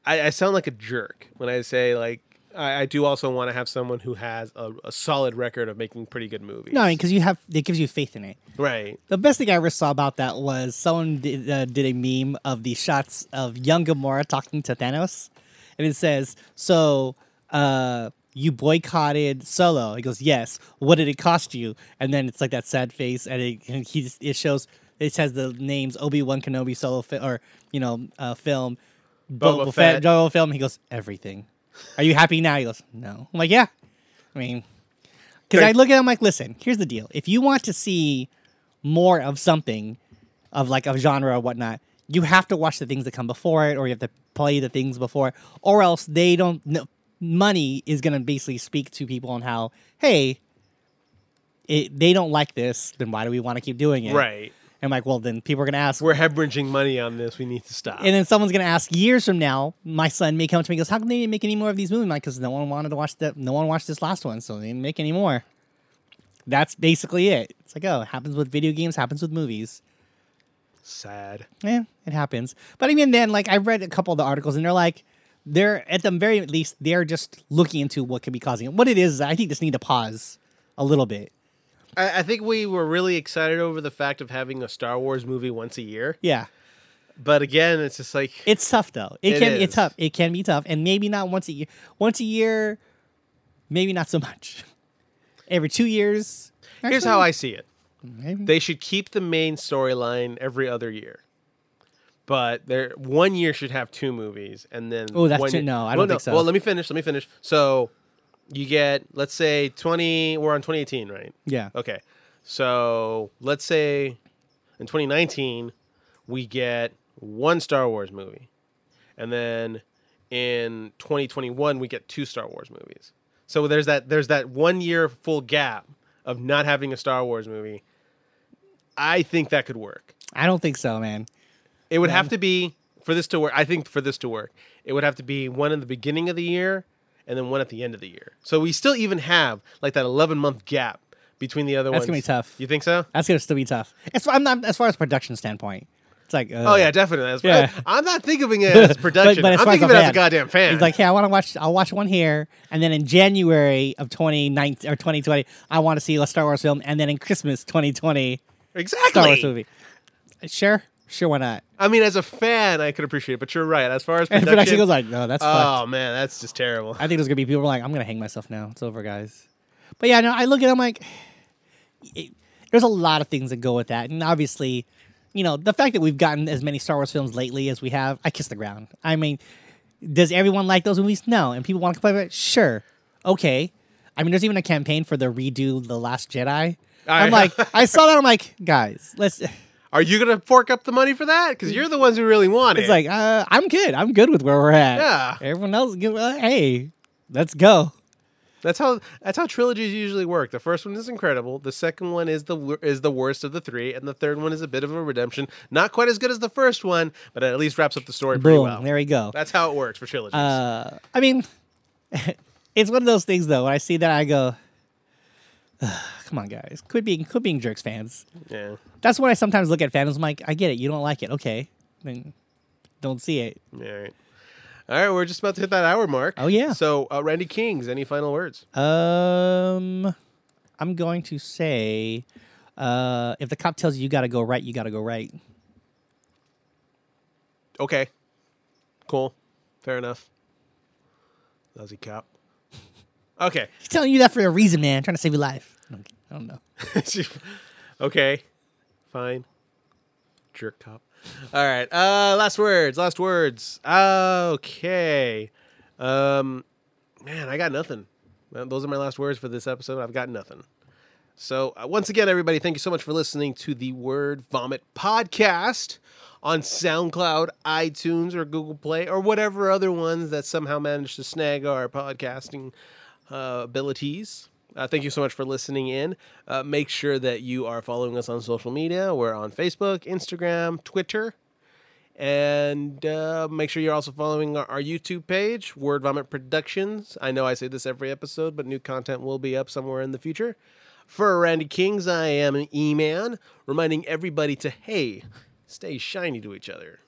Speaker 1: I, I sound like a jerk when I say like I, I do also want to have someone who has a, a solid record of making pretty good movies.
Speaker 2: No, I mean, because you have it gives you faith in it.
Speaker 1: right?
Speaker 2: The best thing I ever saw about that was someone did, uh, did a meme of the shots of young Gamora talking to Thanos, and it says, "So uh, you boycotted Solo?" He goes, "Yes." What did it cost you? And then it's like that sad face, and it and he just, it shows it says the names Obi Wan Kenobi solo fi- or you know uh, film
Speaker 1: Boba
Speaker 2: Boba
Speaker 1: Fett.
Speaker 2: Fett Boba film. He goes, "Everything." Are you happy now? He goes, "No." I'm like, "Yeah." I mean, because I
Speaker 1: Right.
Speaker 2: look at it, I'm like, listen, here's the deal. If you want to see more of something, of like a genre or whatnot, you have to watch the things that come before it, or you have to play the things before, it, or else they don't. No, money is going to basically speak to people on how, hey, it, they don't like this, then why do we want to keep doing it?
Speaker 1: Right.
Speaker 2: I'm like, well, then people are going to ask.
Speaker 1: We're hemorrhaging money on this. We need to stop.
Speaker 2: and then someone's gonna ask years from now. My son may come to me and goes, "How come they didn't make any more of these movies?" Because no one wanted to watch that. No one watched this last one, so they didn't make any more. That's basically it. It's like, oh, it happens with video games, happens with movies.
Speaker 1: Sad.
Speaker 2: Yeah, Eh, it happens. But even then, like I read a couple of the articles, and they're like, they're at the very least, they're just looking into what could be causing it. What it is, I think, just need to pause a little bit.
Speaker 1: I, I think we were really excited over the fact of having a Star Wars movie once a year,
Speaker 2: Yeah,
Speaker 1: but again, it's just like
Speaker 2: It's tough though. It,
Speaker 1: It
Speaker 2: can
Speaker 1: is.
Speaker 2: it's tough. It can be tough, and maybe not once a year. Once a year, maybe not so much. Every two years.
Speaker 1: here's how I see it.
Speaker 2: Maybe.
Speaker 1: They should keep the main storyline every other year. But there, one year should have two movies, and then
Speaker 2: Oh, that's
Speaker 1: one
Speaker 2: too-
Speaker 1: year-
Speaker 2: no, I
Speaker 1: Well,
Speaker 2: don't think so.
Speaker 1: Well, let me finish. Let me finish. So, you get let's say twenty. We're on twenty eighteen, right?
Speaker 2: yeah.
Speaker 1: Okay, so let's say in twenty nineteen we get one Star Wars movie, and then in twenty twenty one we get two Star Wars movies. So there's that there's that one year full gap of not having a Star Wars movie. I think that could work.
Speaker 2: I don't think so, man.
Speaker 1: It would have to be for this to work. I think for this to work, it would have to be one in the beginning of the year and then one at the end of the year. So we still even have like that 11 month gap between the other
Speaker 2: That's
Speaker 1: ones.
Speaker 2: gonna be tough.
Speaker 1: You think so?
Speaker 2: That's gonna still be tough. As far, I'm not as far as production standpoint. It's like
Speaker 1: Oh yeah, definitely. That's
Speaker 2: Yeah.
Speaker 1: I'm not thinking of it as production.
Speaker 2: but as
Speaker 1: I'm
Speaker 2: far as
Speaker 1: thinking of
Speaker 2: a
Speaker 1: it as a
Speaker 2: fan,
Speaker 1: goddamn fan.
Speaker 2: He's like, hey, I want to watch. I'll watch one here, and then in January of 2019 or 2020, I want to see a Star Wars film, and then in Christmas 2020,
Speaker 1: exactly.
Speaker 2: Star Wars movie. Sure, sure, why not?
Speaker 1: I mean, as a fan, I could appreciate it, but you're right. As far as
Speaker 2: And
Speaker 1: production,
Speaker 2: production goes like, no, that's fucked.
Speaker 1: oh man, that's just terrible.
Speaker 2: I think there's gonna be people like, I'm gonna hang myself now. It's over, guys. But yeah, no, I look at it, I'm like, it- there's a lot of things that go with that, and obviously, you know, the fact that we've gotten as many Star Wars films lately as we have, I kiss the ground. I mean, does everyone like those movies? No, and people want to complain about it? Sure, okay. I mean, there's even a campaign for the redo The Last Jedi.
Speaker 1: I-
Speaker 2: I'm like, I saw that. I'm like, guys, let's.
Speaker 1: Are you gonna fork up the money for that? Because you're the ones who really want it.
Speaker 2: It's like, uh, I'm good. I'm good with where we're at.
Speaker 1: Yeah.
Speaker 2: Everyone else, give- uh, hey, let's go.
Speaker 1: That's how that's how trilogies usually work. The first one is incredible. The second one is the wor- is the worst of the three, and the third one is a bit of a redemption. Not quite as good as the first one, but it at least wraps up the story pretty
Speaker 2: Boom.
Speaker 1: well.
Speaker 2: There we go.
Speaker 1: That's how it works for trilogies.
Speaker 2: Uh, I mean, it's one of those things though. When I see that, I go, "Ugh, "Come on, guys, quit being quit being jerks, fans."
Speaker 1: yeah,
Speaker 2: That's when I sometimes look at fandoms. I'm like, I get it. You don't like it. Okay, then don't see it.
Speaker 1: all right, all right. We're just about to hit that hour mark.
Speaker 2: Oh, yeah.
Speaker 1: So, uh, Randy Kings, any final words?
Speaker 2: Um, I'm going to say, uh, if the cop tells you you got to go right, you got to go right.
Speaker 1: Okay, cool, fair enough. Lousy cop. Okay.
Speaker 2: She's telling you that for a reason, man. Trying to save your life. I don't, I don't know.
Speaker 1: okay. Fine. Jerk cop. All right. Uh last words, last words. Okay. Um man, I got nothing. Uh, Those are my last words for this episode. I've got nothing. So, uh, once again, everybody, thank you so much for listening to the Word Vomit podcast on SoundCloud, iTunes, or Google Play, or whatever other ones that somehow managed to snag our podcasting uh, abilities. Uh, thank you so much for listening in. Uh, make sure that you are following us on social media. We're on Facebook, Instagram, Twitter. And uh, make sure you're also following our, our YouTube page, Word Vomit Productions. I know I say this every episode, but new content will be up somewhere in the future. For Randy Kings, I am an E Man, reminding everybody to hey, stay shiny to each other.